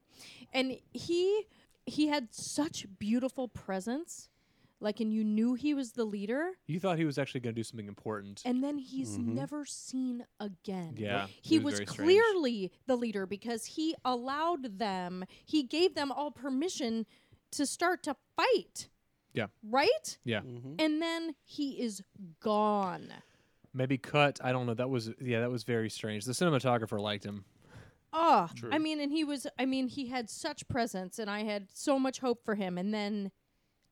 And he he had such beautiful presence. Like and you knew he was the leader, You thought he was actually going to do something important. and then he's never seen again. Yeah, He it was was, very strange. clearly the leader because he allowed them, he gave them all permission to start to fight. Yeah. Right? yeah. And then he is gone. Maybe cut. I don't know. That was yeah. That was very strange. The cinematographer liked him. Oh, I mean, and he was, I mean, he had such presence and I had so much hope for him. And then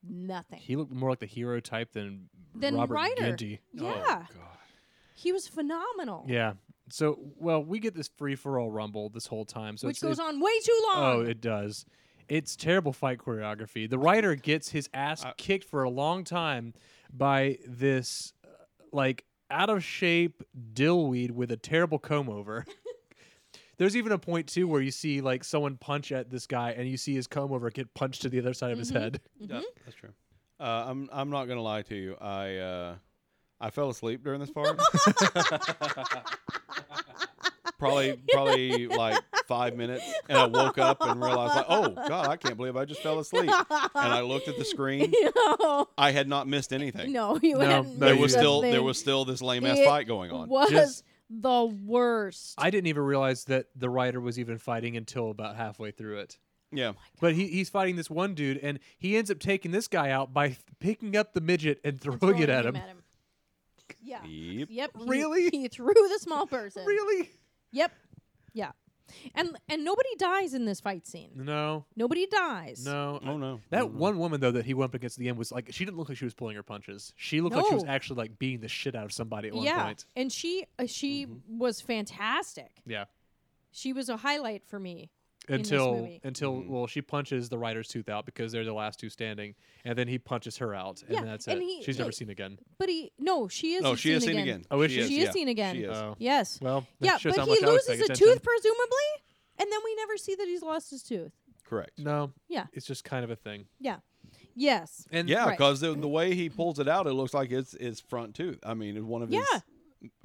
nothing. He looked more like the hero type than then Robert Ryder. Ginty. Yeah. He was phenomenal. oh, Yeah. So well, we get this free for all rumble this whole time. So Which it's, goes it- on way too long. Oh, it does. It's terrible fight choreography. The writer gets his ass kicked for a long time by this uh, like out of shape dillweed with a terrible comb over. There's even a point too where you see like someone punch at this guy and you see his comb over get punched to the other side of Mm-hmm. his head. Yeah, Mm-hmm. that's true. Uh, I'm I'm not gonna lie to you. I uh, I fell asleep during this part. probably probably like five minutes, and I woke up and realized like, oh god, I can't believe I just fell asleep. And I looked at the screen. I had not missed anything. no, you No, hadn't. no, there you was didn't. still there nothing. was still this lame ass It fight going on. Was Just- the worst. I didn't even realize that the writer was even fighting until about halfway through it. Yeah, But he, he's fighting this one dude and he ends up taking this guy out by th- picking up the midget and throwing, Throwing it at him him. Yeah. Yep. Yep. he- Really? He threw the small person. Really? Yep. Yeah. And and nobody dies in this fight scene. No, Nobody dies. no. Oh, no. That Oh, no. one woman though that he went up against at the end was like she didn't look like she was pulling her punches. She looked like she was No. actually like beating the shit out of somebody at one Yeah. point. And she uh, she Mm-hmm. was fantastic. Yeah. She was a highlight for me. in this Until movie. until well, she punches the writer's tooth out because they're the last two standing, and then he punches her out, and Yeah, that's and it. he- She's yeah. never seen again. But he no, she is. no, she seen is seen again. again. Oh, is she? She is seen again. She is. Oh. Yes. Well, that yeah, shows but how he much I was paying loses a attention. tooth presumably, and then we never see that he's lost his tooth. Correct. No, Yeah. it's just kind of a thing. Yeah. Yes. And Yeah, Right. because the, the way he pulls it out, it looks like it's his front tooth. I mean, it's one of Yeah. his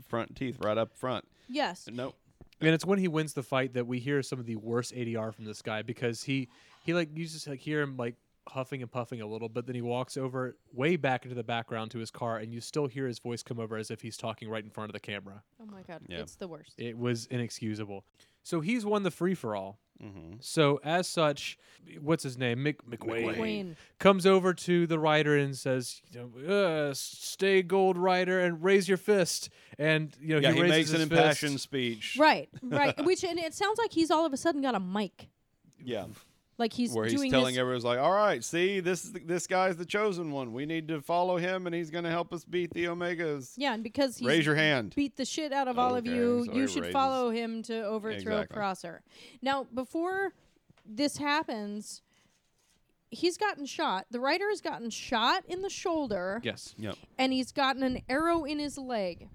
front teeth right up front. Yes. Nope. And it's when he wins the fight that we hear some of the worst ADR from this guy because he he like you just like hear him like huffing and puffing a little, but then he walks over way back into the background to his car, and you still hear his voice come over as if he's talking right in front of the camera. Oh my god, Yeah. it's the worst. It was inexcusable. So he's won the free for all. Mm-hmm. So as such, what's his name? Mick McWayne, McWayne. comes over to the writer and says, you know, uh, "Stay gold, writer, and raise your fist." And you know Yeah, he, raises makes an his impassioned fist. speech. Right, right. Which and it sounds like he's all of a sudden got a mic, Yeah, like he's where doing he's telling his, everyone's like, "All right, see, this is the, this guy's the chosen one. We need to follow him, and he's going to help us beat the Omegas." yeah, and because he's Raise your hand. beat the shit out of all of Okay, you, so you he should raises- follow him to overthrow Exactly. Crosser. Now, before this happens, he's gotten shot. The writer has gotten shot in the shoulder, Yes. Yep. and he's gotten an arrow in his leg.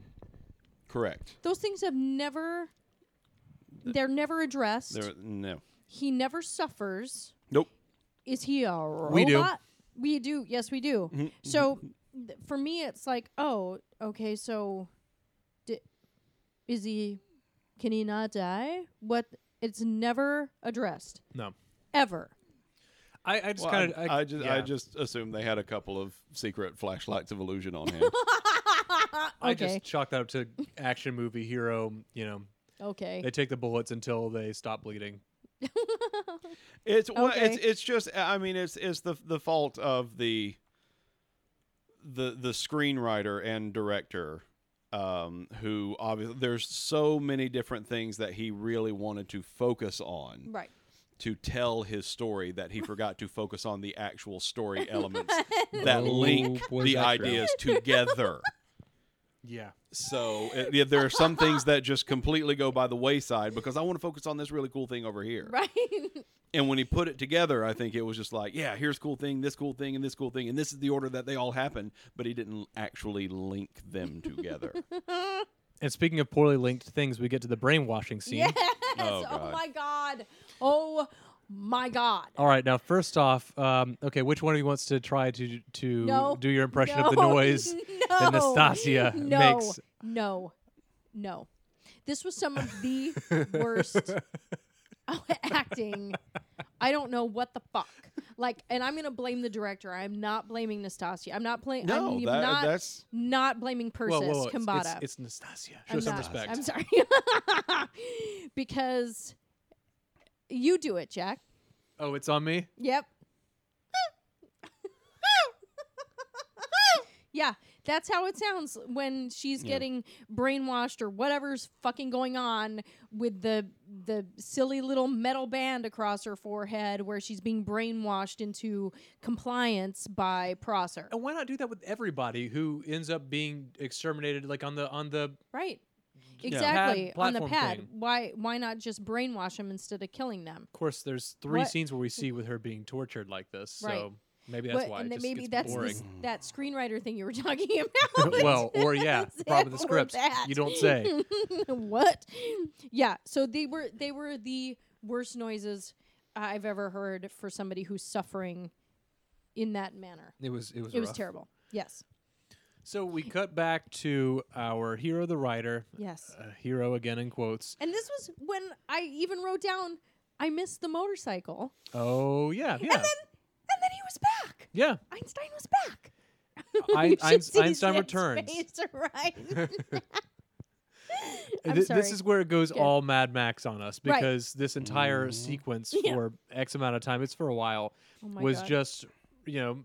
Correct. Those things have never. Uh, They're never addressed. There. No. he never suffers. Nope. is he a robot? We do. We do. Yes, we do. Mm-hmm, So th- for me, it's like, oh, okay. So di- is he? Can he not die? What? It's never addressed No. ever. I, I just Well, kind of I, I just I yeah. just assumed they had a couple of secret flashlights of illusion on hand. I Okay. just chalk that up to action movie hero. You know, Okay. they take the bullets until they stop bleeding. It's well, it's Okay. it's just I mean it's it's the the fault of the the the screenwriter and director um who obviously there's so many different things that he really wanted to focus on right. to tell his story that he forgot to focus on the actual story elements that link Oh, boy, the Zach Brown. ideas together. Yeah. So it, yeah, there are some things that just completely go by the wayside because I want to focus on this really cool thing over here. Right. And when he put it together, I think it was just like, yeah, here's cool thing, this cool thing, and this cool thing, and this is the order that they all happen. But he didn't actually link them together. And speaking of poorly linked things, we get to the brainwashing scene. yes. Oh, Oh, God. my god. Oh my god. All right, now first off, um, okay, which one of you wants to try to to No. do your impression of the No. noise no. that Nastasia no. makes? No. No. This was some of the worst Oh, acting. I don't know what the fuck. Like, and I'm gonna blame the director. I'm not blaming Nastasia. I'm not playing. No, I'm that- not, that's- not blaming Persis Whoa, whoa, whoa, it's- Kambata. It's, it's Nastasia. I'm Show some not. respect. I'm sorry. because you do it, Jack. Oh, it's on me. Yep. yeah, that's how it sounds when she's getting brainwashed or whatever's fucking going on with the the silly little metal band across her forehead where she's being brainwashed into compliance by Prosser. And why not do that with everybody who ends up being exterminated, like on the on the Right. Yeah. Exactly. Pad- On the platform pad. thing. Why why not just brainwash them instead of killing them? Of course, there's three What- scenes where we see with her being tortured like this. Right. So maybe that's But- why. and it then just maybe gets that's the boring. s- that screenwiter thing you were talking about. Mm. well, or yeah, That's problem with the it, or scripts. that. You don't say. what? Yeah. So they were they were the worst noises I've ever heard for somebody who's suffering in that manner. It was it was It was rough. Uh, terrible. Yes. So we cut back to our hero, the writer. Yes. Uh, hero again in quotes. And this was when I even wrote down I missed the motorcycle, Oh yeah, yeah, and then and then he was back. yeah. Einstein was back. Ein- You should Einst- see Einstein Zed's returns. face, right. I'm Th- sorry. this is where it goes Good. all Mad Max on us Right. because this entire sequence Yeah. for X amount of time, it's for a while, Oh my was God. just you know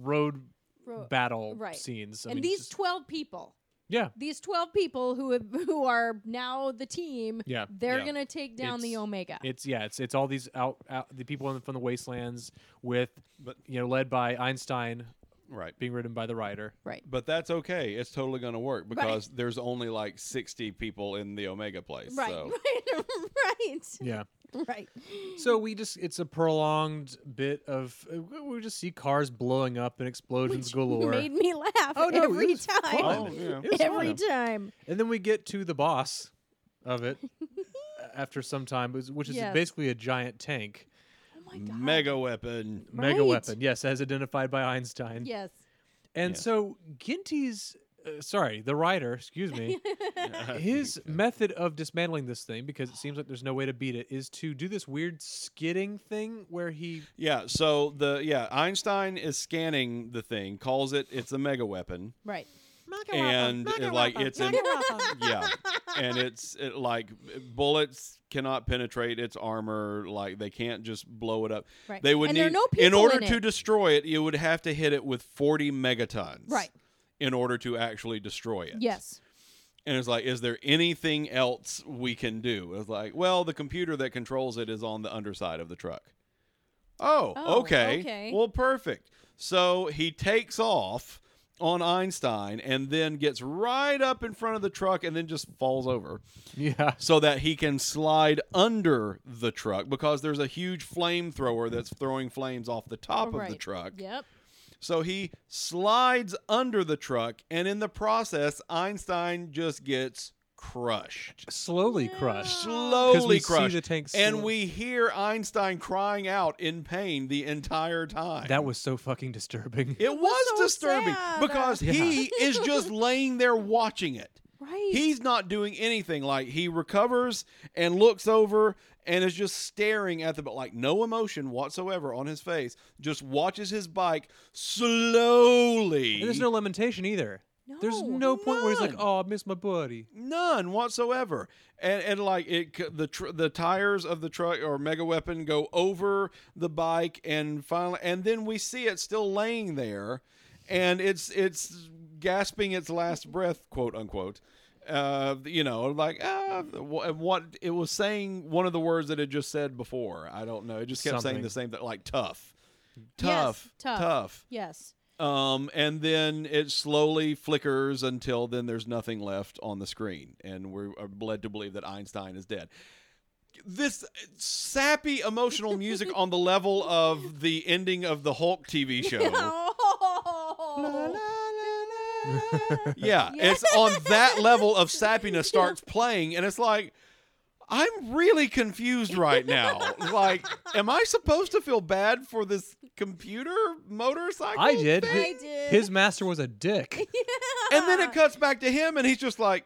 road Ro- battle right. scenes. I and mean, these just- twelve people, yeah, these twelve people who have, who are now the team, Yeah. they're Yeah. gonna take down the It's- Omega. it's yeah, it's it's all these out, out the people in, from the wastelands with But- you know led by Einstein right. being ridden by the writer. right. But that's okay. It's totally going to work because there's only like 60 people in the Omega place. Right. Oh So. Right. right. Yeah. Right. So we just it's a prolonged bit of uh, we just see cars blowing up and explosions galore. Made me laugh Oh, no, it every was time. Oh, fun. yeah. It was Every fun. time. And then we get to the boss of it after some time, which- which is Yes. basically a giant tank, Oh my god. Mega weapon. mega Right. weapon. Yes, as identified by Einstein. Yes. And Yeah. so Ginty's, uh, sorry, the writer, excuse me, Uh, his method of dismantling this thing, because it seems like there's no way to beat it, is to do this weird skidding thing where he Yeah. So the yeah Einstein is scanning the thing, calls it it's a mega weapon, Right. and it, like it's in, yeah, and it's it, like bullets cannot penetrate its armor. Like they can't just blow it up. Right. They would And need there are no in people order in to it. destroy it. You would have to hit it with forty megatons. Right. In order to actually destroy it. Yes. And it's like, is there anything else we can do? It's like, well, the computer that controls it is on the underside of the truck. Oh, Oh, okay. okay. Well, perfect. So he takes off on Einstein and then gets right up in front of the truck and then just falls over yeah so that he can slide under the truck because there's a huge flamethrower that's throwing flames off the top right. of the truck. Yep. So he slides under the truck, and in the process, Einstein just gets crushed. slowly crushed. Slowly see crushed. the tank and sl- we hear Einstein crying out in pain the entire time. That was so fucking disturbing. it was, so disturbing sad. because he is just laying there watching it. Right. He's not doing anything. Like he recovers and looks over and is just staring at the but like no emotion whatsoever on his face. Just watches his bike slowly. And there's no lamentation either. No. There's no point where he's like, None. "Oh, I miss my buddy." None whatsoever. And and like it, c- the tr- the tires of the truck or mega weapon go over the bike, and finally, and then we see it still laying there, and it's it's gasping its last breath, quote unquote. Uh, you know, like ah, wh- what it was saying one of the words it had just said before. I don't know. It just kept saying Something. the same thing, like tough, Yes, tough, tough. tough. Yes. Um, and then it slowly flickers until then there's nothing left on the screen, and we're are led to believe that Einstein is dead. This sappy emotional music on the level of the ending of the Hulk TV show. Oh. yeah, it's on that level of sappiness starts playing, and it's like, I'm really confused right now. like, am I supposed to feel bad for this computer motorcycle? I did. thing? I Hi- did. His master was a dick. And then it cuts back to him, and he's just like,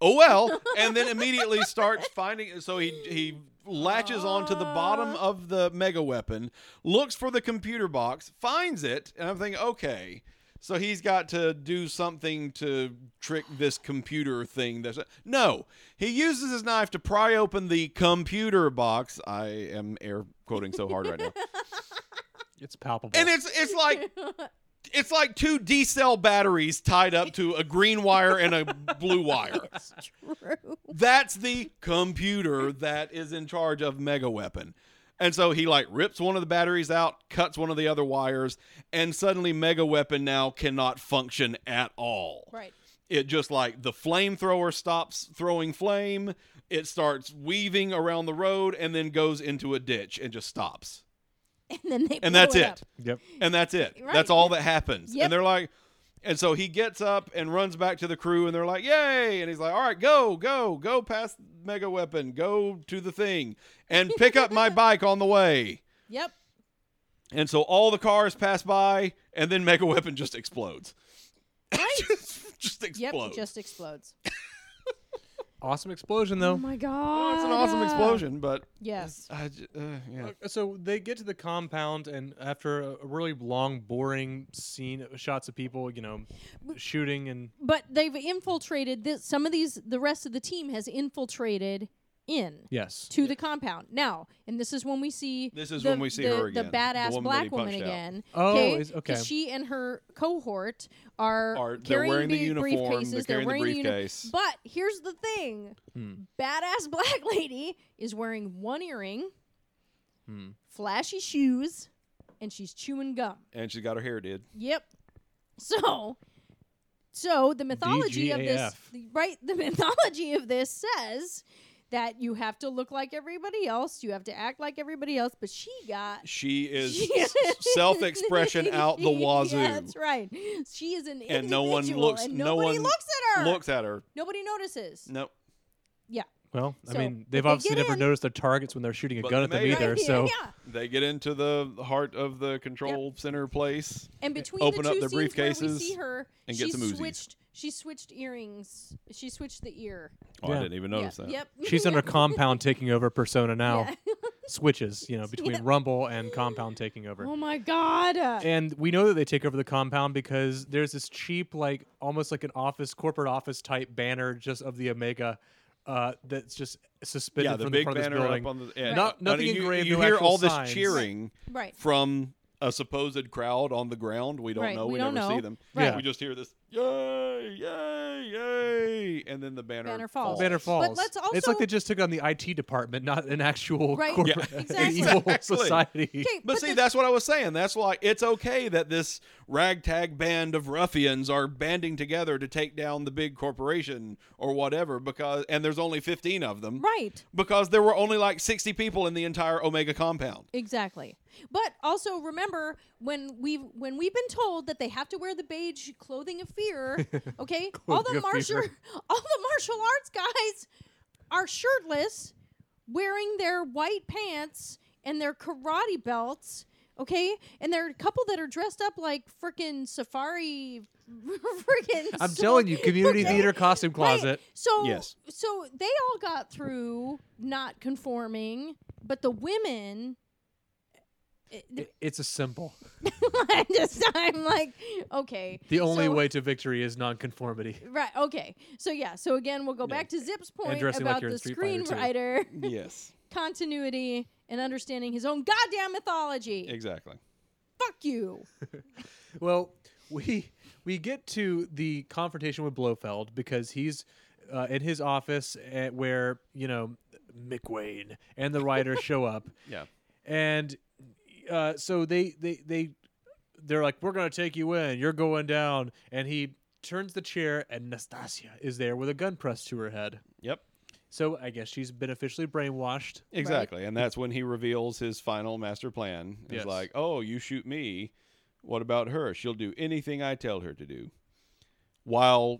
"Oh well," and then immediately starts finding. So he he latches onto the bottom of the mega weapon, looks for the computer box, finds it, and I'm thinking, okay. So he's got to do something to trick this computer thing. That's no. He uses his knife to pry open the computer box. I am air quoting so hard right now, It's palpable. and it's it's like it's like two D cell batteries tied up to a green wire and a blue wire. True. That's the computer that is in charge of Mega Weapon. And so he like rips one of the batteries out, cuts one of the other wires, and suddenly Mega Weapon now cannot function at all. Right. It just like the flamethrower stops throwing flame, it starts weaving around the road and then goes into a ditch and just stops. And then they And blow that's it. it. up. yep. And that's it. Right. That's all that happens. Yep. And they're like, and so he gets up and runs back to the crew, and they're like, yay. And he's like, all right, go, go, go past Mega Weapon, go to the thing, and pick up my bike on the way. Yep. And so all the cars pass by, and then Mega Weapon just explodes. just, just Yep. explodes. Just explodes. Awesome explosion Oh though. my god. it's an awesome explosion, but Yes. I j- uh, yeah. So they get to the compound, and after a really long, boring scene, shots of people, you know, shooting and But they've infiltrated this. Some of these, the rest of the team has infiltrated in. yes, to the compound now, and this is when we see This is the- when we see the, her the again, the woman badass that he black woman punched out. again. Oh, okay, is- okay. She and her cohort are, Are- they're carrying wearing the big uniform, briefcases. they're carrying the uni- briefcase. Hmm. but here's the thing: badass black lady is wearing one earring, Hmm. flashy shoes, and she's chewing gum. And she's got her hair did. Yep. So, so the mythology of this, DGAF. the- right? The mythology of this says that you have to look like everybody else, you have to act like everybody else, but she got She is She- s- self-expression out the Yeah, wazoo. that's right. She is an And no one individual, looks- and no nobody one looks at her. Looks at her. Nobody notices. Nope. Well, I So, mean, if they've they obviously get never in- noticed their targets when they're shooting a But gun they at them made it. either. Yeah, So yeah. They get into the heart of the control center place. And between open the up two the scenes where we briefcases see her, and she get some Uzis. switched. She switched earrings. She switched the ear. Oh, I Yeah. didn't even Yeah, notice that. Yep. she's Yeah. under compound taking over persona now. Yeah. Switches, you know, between Rumble and compound taking over. Oh my god. And we know that they take over the compound because there's this cheap, like almost like an office, corporate office type banner just of the Omega uh, that's just suspended Yeah, the from big the front of banner this building. up on the yeah, Not- no, nothing you, engraved, You no hear actual all this signs. cheering right. from a supposed crowd on the ground. We don't Right, know. we We, don't never know. see them. Right. We just hear this yay, yay, yay, and then the banner Banner falls. banner falls. let's it's like also- they just took on the IT department, not an actual Right. corporate Yeah. an Exactly. evil Exactly. society. Okay, But, see, that's what I was saying. That's why it's okay that this ragtag band of ruffians are banding together to take down the big corporation or whatever. Because and there's only 15 of them. right. because there were only like 60 people in the entire Omega compound. Exactly. But also remember when we've when we've been told that they have to wear the beige clothing of fear, okay? all Clothing the of martial fear. all the martial arts guys are shirtless, wearing their white pants and their karate belts, okay? And there are a couple that are dressed up like freaking safari freaking I'm telling you, community theater costume Right. closet. So Yes. so they all got through not conforming, but the women it- It's a symbol. I just I'm like, okay. The only so- way to victory is nonconformity. Right. Okay. So yeah. So again, we'll go back to Zip's point dressing like about you're in the Street Fighter, too. screenwriter Yes, continuity and understanding his own goddamn mythology. exactly. Fuck you. Well, we we get to the confrontation with Blofeld because he's uh, in his office at where you know Mick Wayne and the writer show up, Yeah. and uh, so they they they they're like, "We're gonna take you in. You're going down." And he turns the chair, and Nastasia is there with a gun pressed to her head. Yep. So I guess she's been officially brainwashed. Exactly. And that's when he reveals his final master plan. He's Yes. like, oh, you shoot me. What about her? She'll do anything I tell her to do while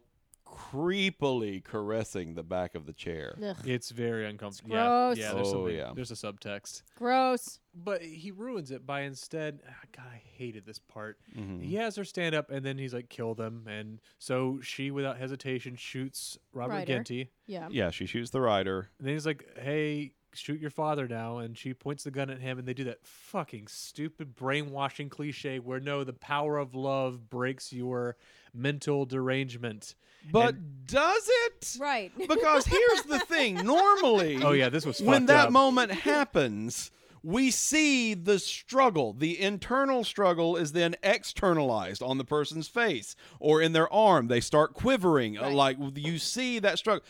creepily caressing the back of the chair. It's very uncomfortable. gross. Yeah, yeah, there's Oh, something. yeah. There's a subtext. Gross. but he ruins it by instead ah, god i hated this part Mm-hmm. he has her stand up and then he's like kill them and so she without hesitation shoots robert Ryder. ginty Yeah. Yeah, she shoots the rider. and then he's like hey shoot your father now and she points the gun at him and they do that fucking stupid brainwashing cliche where no the power of love breaks your mental derangement But does it? Right. Because here's the thing. Normally, oh yeah this was when fucked that up. moment happens, we see the struggle. The internal struggle is then externalized on the person's face or in their arm. They start quivering. uh, Like you see that struggle.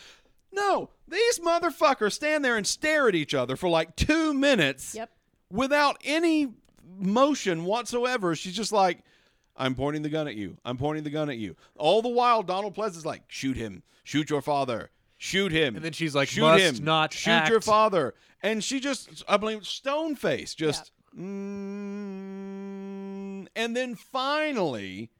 No, these motherfuckers stand there and stare at each other for like two minutes Yep. without any motion whatsoever. She's just like, I'm pointing the gun at you. I'm pointing the gun at you. All the while, Donald Pleasant's like, shoot him. Shoot your father. Shoot him. And then she's like, shoot "Must him. not shoot your act." father. And she just, I believe, stone face, just, mm, and then finally,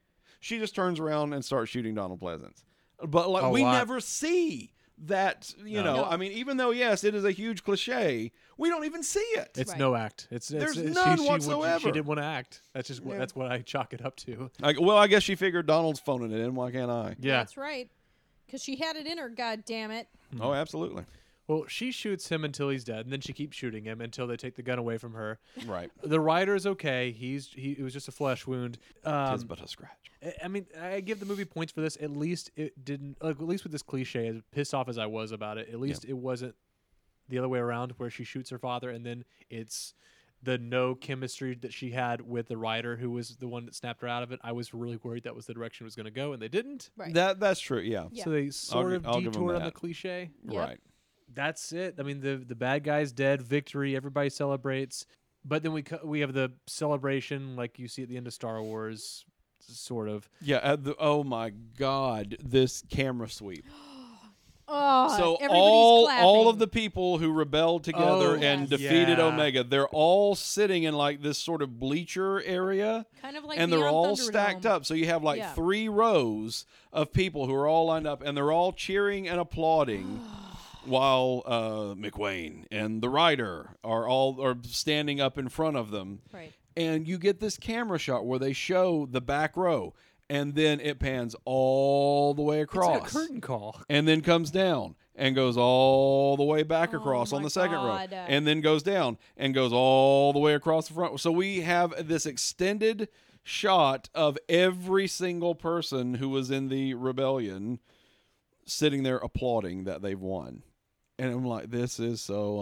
she just turns around and starts shooting Donald Pleasance. But like, A we lot. never see that. You know, I mean, even though yes, it is a huge cliche, we don't even see it. it's Right. no act. It's, it's There's it's- none she, She, would, she whatsoever. didn't want to act. That's just what, that's what I chalk it up to. Like, well, I guess she figured Donald's phoning it in. Why can't I? Yeah. That's right. Because she had it in her. God damn it. Mm-hmm. Oh, absolutely. Well, she shoots him until he's dead, and then she keeps shooting him until they take the gun away from her. Right. The rider is okay. He's he. It was just a flesh wound. Um, Tis but a scratch. I- I mean, I give the movie points for this. At least it didn't. Like, at least with this cliche, as pissed off as I was about it, at least it wasn't the other way around where she shoots her father, and then it's the no chemistry that she had with the rider who was the one that snapped her out of it. I was really worried that was the direction it was going to go, and they didn't. Right. That that's true. Yeah. Yeah. So they sort gi- of I'll give 'em detour on the that. cliche Yep. Right. that's it. I mean, the the bad guy's dead, victory, everybody celebrates. But then we co- we have the celebration like you see at the end of Star Wars, sort of. Yeah. at the, oh my God! This camera sweep. Oh. so everybody's all all of clapping. the people who rebelled together Oh, and Yes. defeated yeah. Omega, they're all sitting in like this sort of bleacher area. Kind of like and Beyond they're all Thunderdome. stacked up. So you have like Yeah. three rows of people who are all lined up, and they're all cheering and applauding, while uh, McWayne and the rider are all are standing up in front of them. Right. And you get this camera shot where they show the back row, and then it pans all the way It's across like a curtain call. and then comes down and goes all the way back across on Oh my the second God. row and then goes down and goes all the way across the front so we have this extended shot of every single person who was in the rebellion sitting there applauding that they've won and i'm like this is so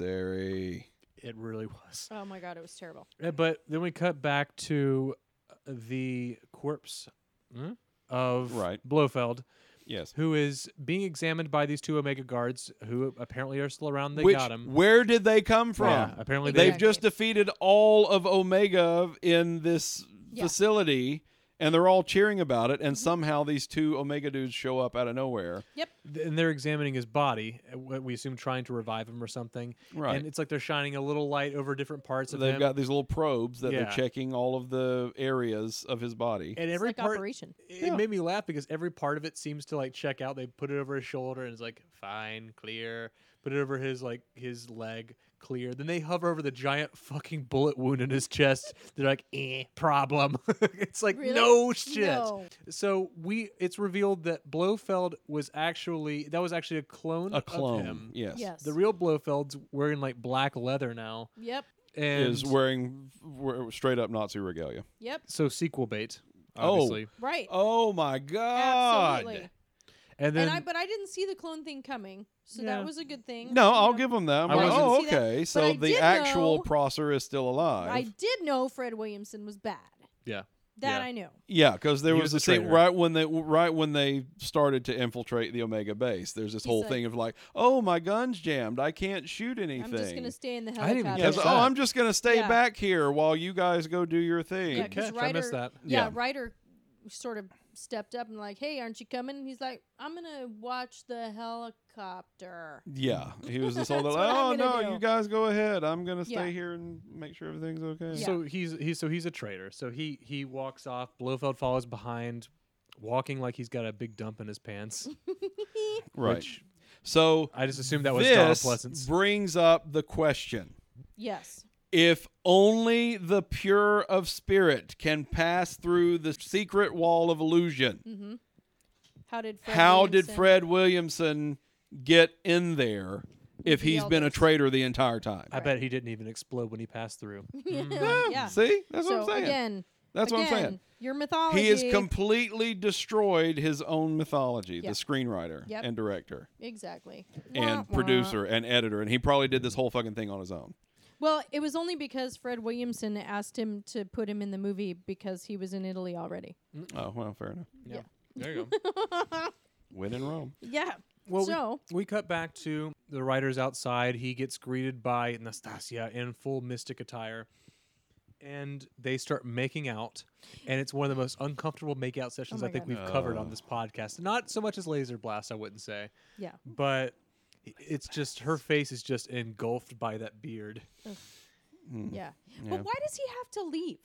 unnecessary It really was. Oh my god, it was terrible. Uh, But then we cut back to uh, the corpse Hmm? of Right. Blofeld, yes who is being examined by these two Omega guards, who apparently are still around. They Which, got him. where did they come from Yeah, apparently they- They've just defeated all of Omega in this Yeah. Mm-hmm. facility, and they're all cheering about it. And somehow these two Omega dudes show up out of nowhere. th- and they're examining his body. uh, what We assume trying to revive him or something. Right. And it's like they're shining a little light over different parts So of they've him. got these little probes that they're Yeah. checking all of the areas of his body. and It's every like part, Operation. it made me laugh because every part of it seems to like check out. They put it over his shoulder and it's like fine, clear. Put it over his like his leg, clear. Then they hover over the giant fucking bullet wound in his chest. They're like, eh, problem. it's like Really? no shit. No. So we, it's revealed that Blofeld was actually that was actually a clone, A of clone, him. yes, Yes. The real Blofeld's wearing like black leather now, Yep. and is wearing were straight up Nazi regalia. Yep. So sequel bait, Oh. obviously. Right. Oh my god! Absolutely. And then and I but I didn't see the clone thing coming, so Yeah. that was a good thing. No, You I'll know? give them that. I'm I like, wasn't- oh, See that? okay. But So I the did actual know- Prosser is still alive. I did know Fred Williamson was bad. yeah, That Yeah. I knew. Yeah, because there He was, was a the scene traitor. right when they right when they started to infiltrate the Omega base. There's this He's whole like- thing of like, oh, my gun's jammed. I can't shoot anything. I'm just gonna stay in the I didn't even helicopter. Yeah, it's like, Catch oh, that. I'm just gonna stay Yeah. back here while you guys go do your thing. Yeah, 'cause catch. I missed Ryder- that. Yeah, Yeah. Ryder sort of stepped up and like, "Hey, aren't you coming?" And he's like, "I'm gonna watch the helicopter." Yeah, he was just all That's like, what I'm "Oh no, gonna do." you guys go ahead. I'm gonna stay Yeah. here and make sure everything's okay." Yeah. So he's he's so he's a traitor. So he he walks off. Blofeld follows behind, walking like he's got a big dump in his pants. right. Which so I just assumed that was Donald this Pleasance. brings up the question: Yes. If only the pure of spirit can pass through the secret wall of illusion, How did Fred how did Williamson- Fred Williamson get in there? If The he's been a elders. traitor the entire time, I bet he didn't even explode when he passed through. yeah. see, Mm. that's what so I'm saying. again, that's what I'm again, saying. Your mythology. He has completely destroyed his own mythology, Yeah. the screenwriter Yep. and director exactly. and Wah, wah. producer and editor. And he probably did this whole fucking thing on his own. Well, it was only because Fred Williamson asked him to put him in the movie because he was in Italy already. Oh, well, fair enough. There you go. Win in Rome. Yeah. Well, so we, we cut back to the writers outside. He gets greeted by Nastasia in full mystic attire, and they start making out. And it's one of the most uncomfortable makeout sessions Oh my I think God. we've covered on this podcast. Not so much as Laser Blast, I wouldn't say, yeah. but it's just her face is just engulfed by that beard. Mm. Yeah. But why does he have to leave?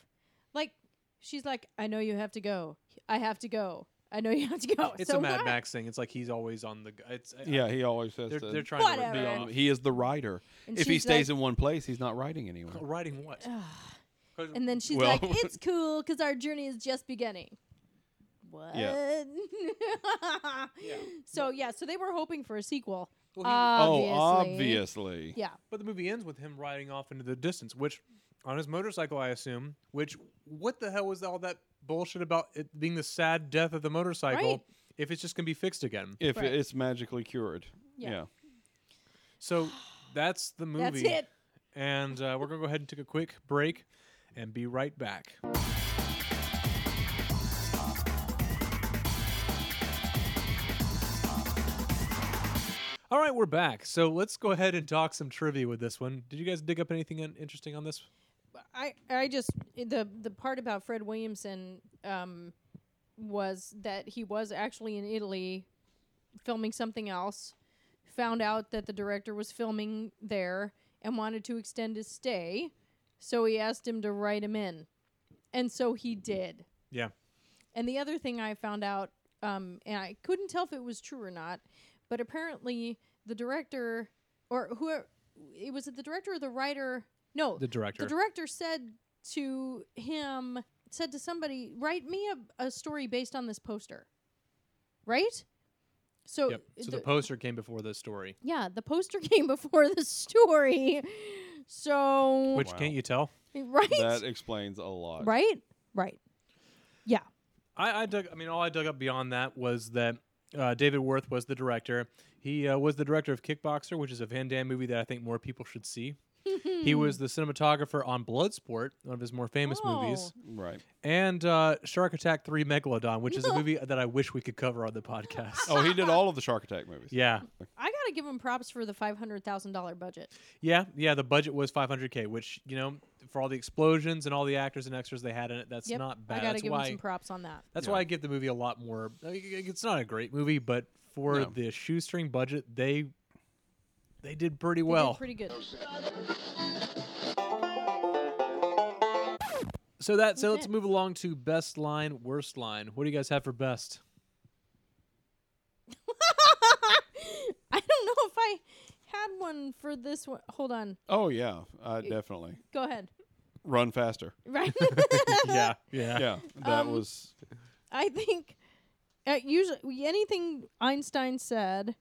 Like, she's like, I know you have to go. I have to go. I know you have to go. It's Oh, so a Mad why? Max thing. It's like he's always on the. g- It's I- Yeah, he always says they're, to they're trying to be Whatever. on- He is the writer. And if he she's stays like- in one place, he's not writing anywhere. writing what? And then she's Well- like, it's cool because our journey is just beginning. What? Yeah. So, yeah. So they were hoping for a sequel. Oh, obviously. obviously. Yeah. But the movie ends with him riding off into the distance, which on his motorcycle, I assume. Which what the hell was all that bullshit about it being the sad death of the motorcycle? Right. If it's just gonna be fixed again, If Right. it's magically cured. Yeah. Yeah. so that's the movie. That's it. And uh, we're gonna go ahead and take a quick break, and be right back. All right, we're back. So let's go ahead and talk some trivia with this one. Did you guys dig up anything in- interesting on this? I I just the the part about Fred Williamson um, was that he was actually in Italy filming something else. Found out that the director was filming there and wanted to extend his stay, so he asked him to write him in, and so he did. Yeah. And the other thing I found out, um, and I couldn't tell if it was true or not, but apparently the director or who it was it the director or the writer? No, The director. The director said to him, said to somebody, "Write me a, a story based on this poster." Right. So, Yep. So the the- poster came before the story. yeah, the poster came before the story. So Which can't you tell? right, That explains a lot. right, right. Yeah. I, I dug. I mean, all I dug up beyond that was that uh, David Worth was the director. He uh, was the director of Kickboxer, which is a Van Damme movie that I think more people should see. he was the cinematographer on Bloodsport, one of his more famous Oh. movies, Right. and uh, Shark Attack Three: Megalodon, which is a movie that I wish we could cover on the podcast. Oh, he did all of the Shark Attack movies. Yeah, I gotta give him props for the five hundred thousand dollar budget. yeah, yeah. The budget was 500k, which you know, for all the explosions and all the actors and extras they had in it, that's Yep, not bad. I gotta that's give why him some props on that. That's why I give the movie a lot more. I mean, It's not a great movie, but for No. the shoestring budget, they they did pretty They did well. pretty good. so that so let's Okay. move along to best line, worst line. What do you guys have for best? I don't know if I had one for this one. Hold on. Oh yeah, uh, definitely. Go ahead. Run faster. Right. yeah, yeah, Yeah, Um, that was I think uh, usually anything Einstein said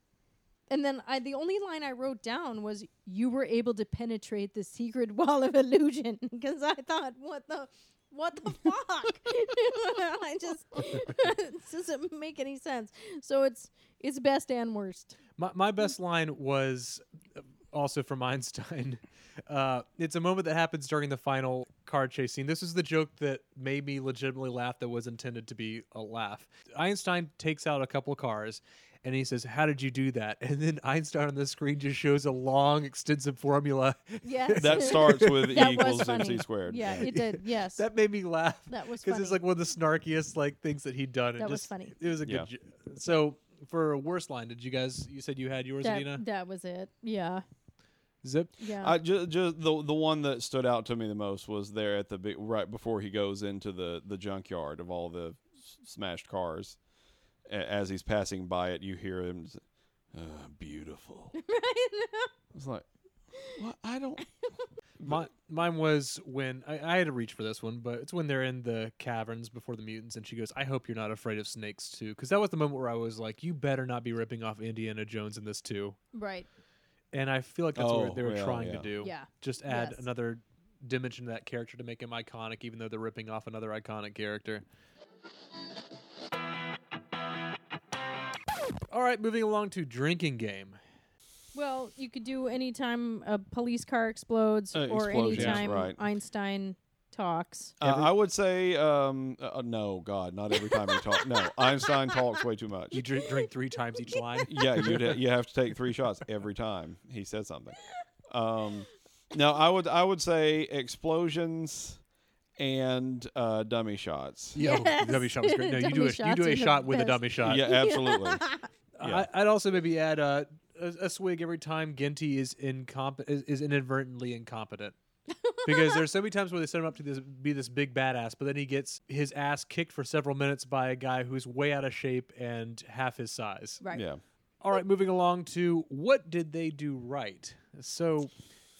and then I the only line I wrote down was you were able to penetrate the secret wall of illusion because I thought what the what the fuck I just it doesn't make any sense. So it's it's best and worst. My, my best line was uh, also from Einstein. Uh, it's a moment that happens during the final car chase scene. This is the joke that made me legitimately laugh that was intended to be a laugh. Einstein takes out a couple cars and he says, How did you do that? And then Einstein on the screen just shows a long, extensive formula. Yes. That starts with E That was equals funny. MC squared. Yeah, it did. Yes. That made me laugh. That was it's funny. like one of the snarkiest like things that he'd done. It That was just- funny. It was a good. Yeah. jo- so for a worst line, did you guys? You said you had yours, Adina. that, that was it. Yeah. Zip. Yeah. I just, just the the one that stood out to me the most was there at the big right before he goes into the the junkyard of all the s- smashed cars. A- As he's passing by it, you hear him, s- uh, "Beautiful." It's like, what? I don't. My, mine was when I, I had to reach for this one, but it's when they're in the caverns before the mutants, and she goes, "I hope you're not afraid of snakes too," because that was the moment where I was like, "You better not be ripping off Indiana Jones in this too." right. And I feel like that's Oh, what they were yeah, trying yeah. to do. Yeah. Just add Yes. another dimension to that character to make him iconic, even though they're ripping off another iconic character. All right, moving along to drinking game. Well, you could do any time a police car explodes Uh, or any explosions, time right. Einstein talks. Uh, I would say, um, uh, no, God, not every time he talks. No, Einstein talks way too much. You drink, drink three times each line. yeah, you'd ha- you have to take three shots every time he says something. Um, no, I would I would say explosions and uh, dummy shots. Yo, Yes. the dummy shot was great. No, you do Dummy a you do shots are a the shot with a best. dummy shot. Yeah, absolutely. yeah. I, I'd also maybe add uh, a a swig every time Ginty is incomp- is, is inadvertently incompetent. because there's so many times where they set him up to this, be this big badass, but then he gets his ass kicked for several minutes by a guy who's way out of shape and half his size. Right. yeah. All right, moving along to what did they do right? So,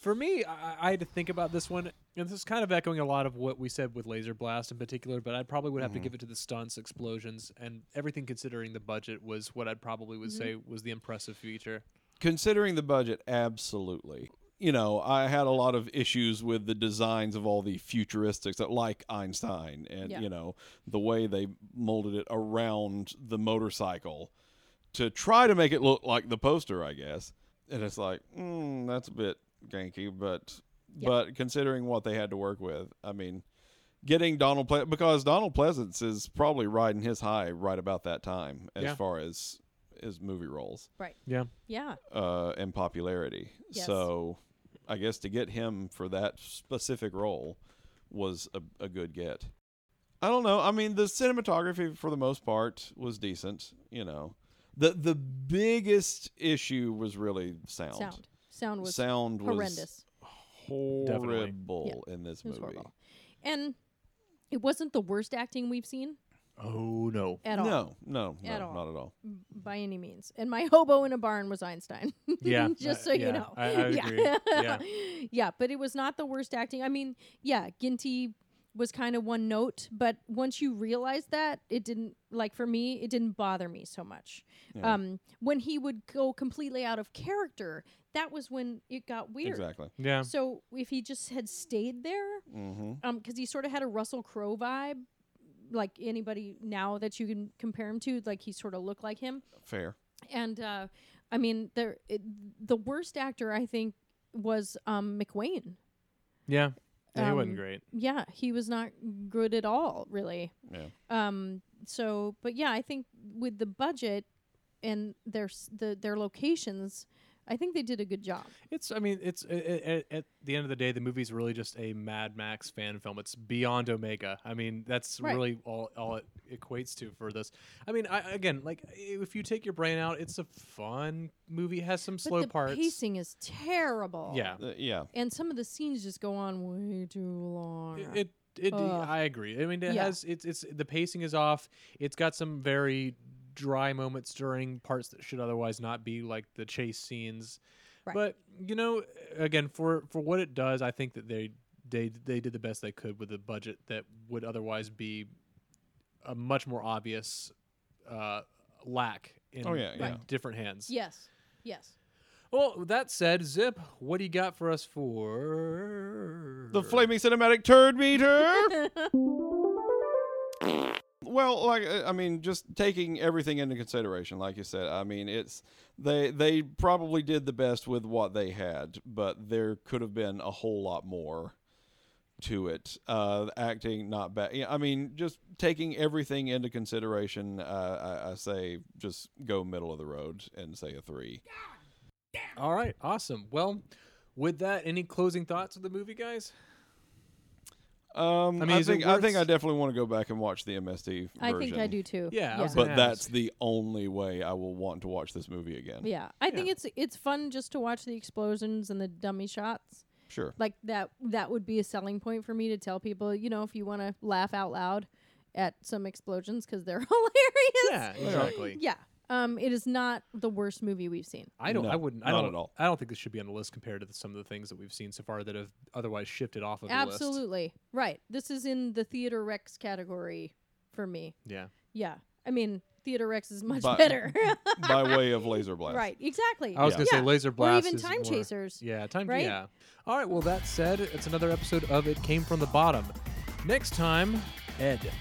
for me, I, I had to think about this one, and this is kind of echoing a lot of what we said with Laser Blast in particular. But I probably would have to give it to the stunts, explosions, and everything. Considering the budget, was what I'd probably would say was the impressive feature. Considering the budget, absolutely. You know, I had a lot of issues with the designs of all the futuristics that like Einstein and Yeah. you know, the way they molded it around the motorcycle to try to make it look like the poster, I guess. And it's like, mm, that's a bit ganky, but but considering what they had to work with, I mean, getting Donald Ple- because Donald Pleasance is probably riding his high right about that time as Yeah. far as as movie roles Right. Yeah, Yeah. uh, and popularity. Yes. So I guess to get him for that specific role was a, a good get. I don't know. I mean, the cinematography for the most part was decent. You know, the the biggest issue was really sound. Sound. Sound was Sound was horrendous. horrible in this It was movie. horrible. And it wasn't the worst acting we've seen Oh no. at all. No, no, no, At all. not at all. By any means. And my hobo in a barn was Einstein. Yeah, Just uh, so yeah, you know. I- I would yeah. agree. Yeah, but it was not the worst acting. I mean, yeah, Ginty was kind of one note, but once you realize that, it didn't like for me, it didn't bother me so much. Um when he would go completely out of character, that was when it got weird. Exactly. Yeah. So if he just had stayed there, Mm-hmm. um, because he sort of had a Russell Crowe vibe, like anybody now that you can compare him to, like he sort of looked like him. Fair. And uh, I mean, there it, the worst actor I think was um, McWayne. Yeah. Yeah, he Um, wasn't great. Yeah, he was not good at all, really. Yeah. Um, so, but yeah, I think with the budget and their s- the their locations, I think they did a good job. It's. I mean, it's at, at the end of the day, the movie's really just a Mad Max fan film. It's beyond Omega. I mean, that's Right. really all all it equates to for this. I mean, I, again, like i- if you take your brain out, it's a fun movie. It Has some slow but the parts. pacing is terrible. yeah, Uh, yeah. and some of the scenes just go on way too Oh, long. it. it it, Ugh. I agree. I mean, it Yeah. has it's it's the pacing is off. It's got some very dry moments during parts that should otherwise not be, like the chase scenes. Right. But you know, again, for for what it does, I think that they they they did the best they could with a budget that would otherwise be a much more obvious uh, lack in Oh, yeah, yeah. different hands. Yes. Yes. Well, with that said, Zip, what do you got for us for The flaming cinematic turd meter. well, like uh, I mean, just taking everything into consideration, like you said, I mean, it's they they probably did the best with what they had, but there could have been a whole lot more to it. Uh, acting not bad. Yeah, I mean, just taking everything into consideration, uh, I, I say just go middle of the road and say a three. All right, awesome. Well, with that, any closing thoughts of the movie, guys? Um, I, mean, is it think I think I worth- definitely want to go back and watch the MST. Version, I think I do too. Yeah, I was But Yeah. that's the only way I will want to watch this movie again. Yeah, I think it's it's fun just to watch the explosions and the dummy shots. Sure. Like that that would be a selling point for me to tell people, you know, if you want to laugh out loud at some explosions cuz they're hilarious. Yeah, exactly. Yeah. Um it is not the worst movie we've seen. I don't. No, I wouldn't. I not don't, at all. I don't think this should be on the list compared to the, some of the things that we've seen so far that have otherwise shifted off of the list. Absolutely. Right. This is in the theater rex category for me. Yeah. Yeah. I mean, theater rex is much But- better. By way of Laser Blast. right. Exactly. I was Yeah. gonna Yeah, say laser or blast. even is time more- chasers. Yeah, time. right? Yeah. All right. Well, that said, it's another episode of It Came from the Bottom. Next time, Ed.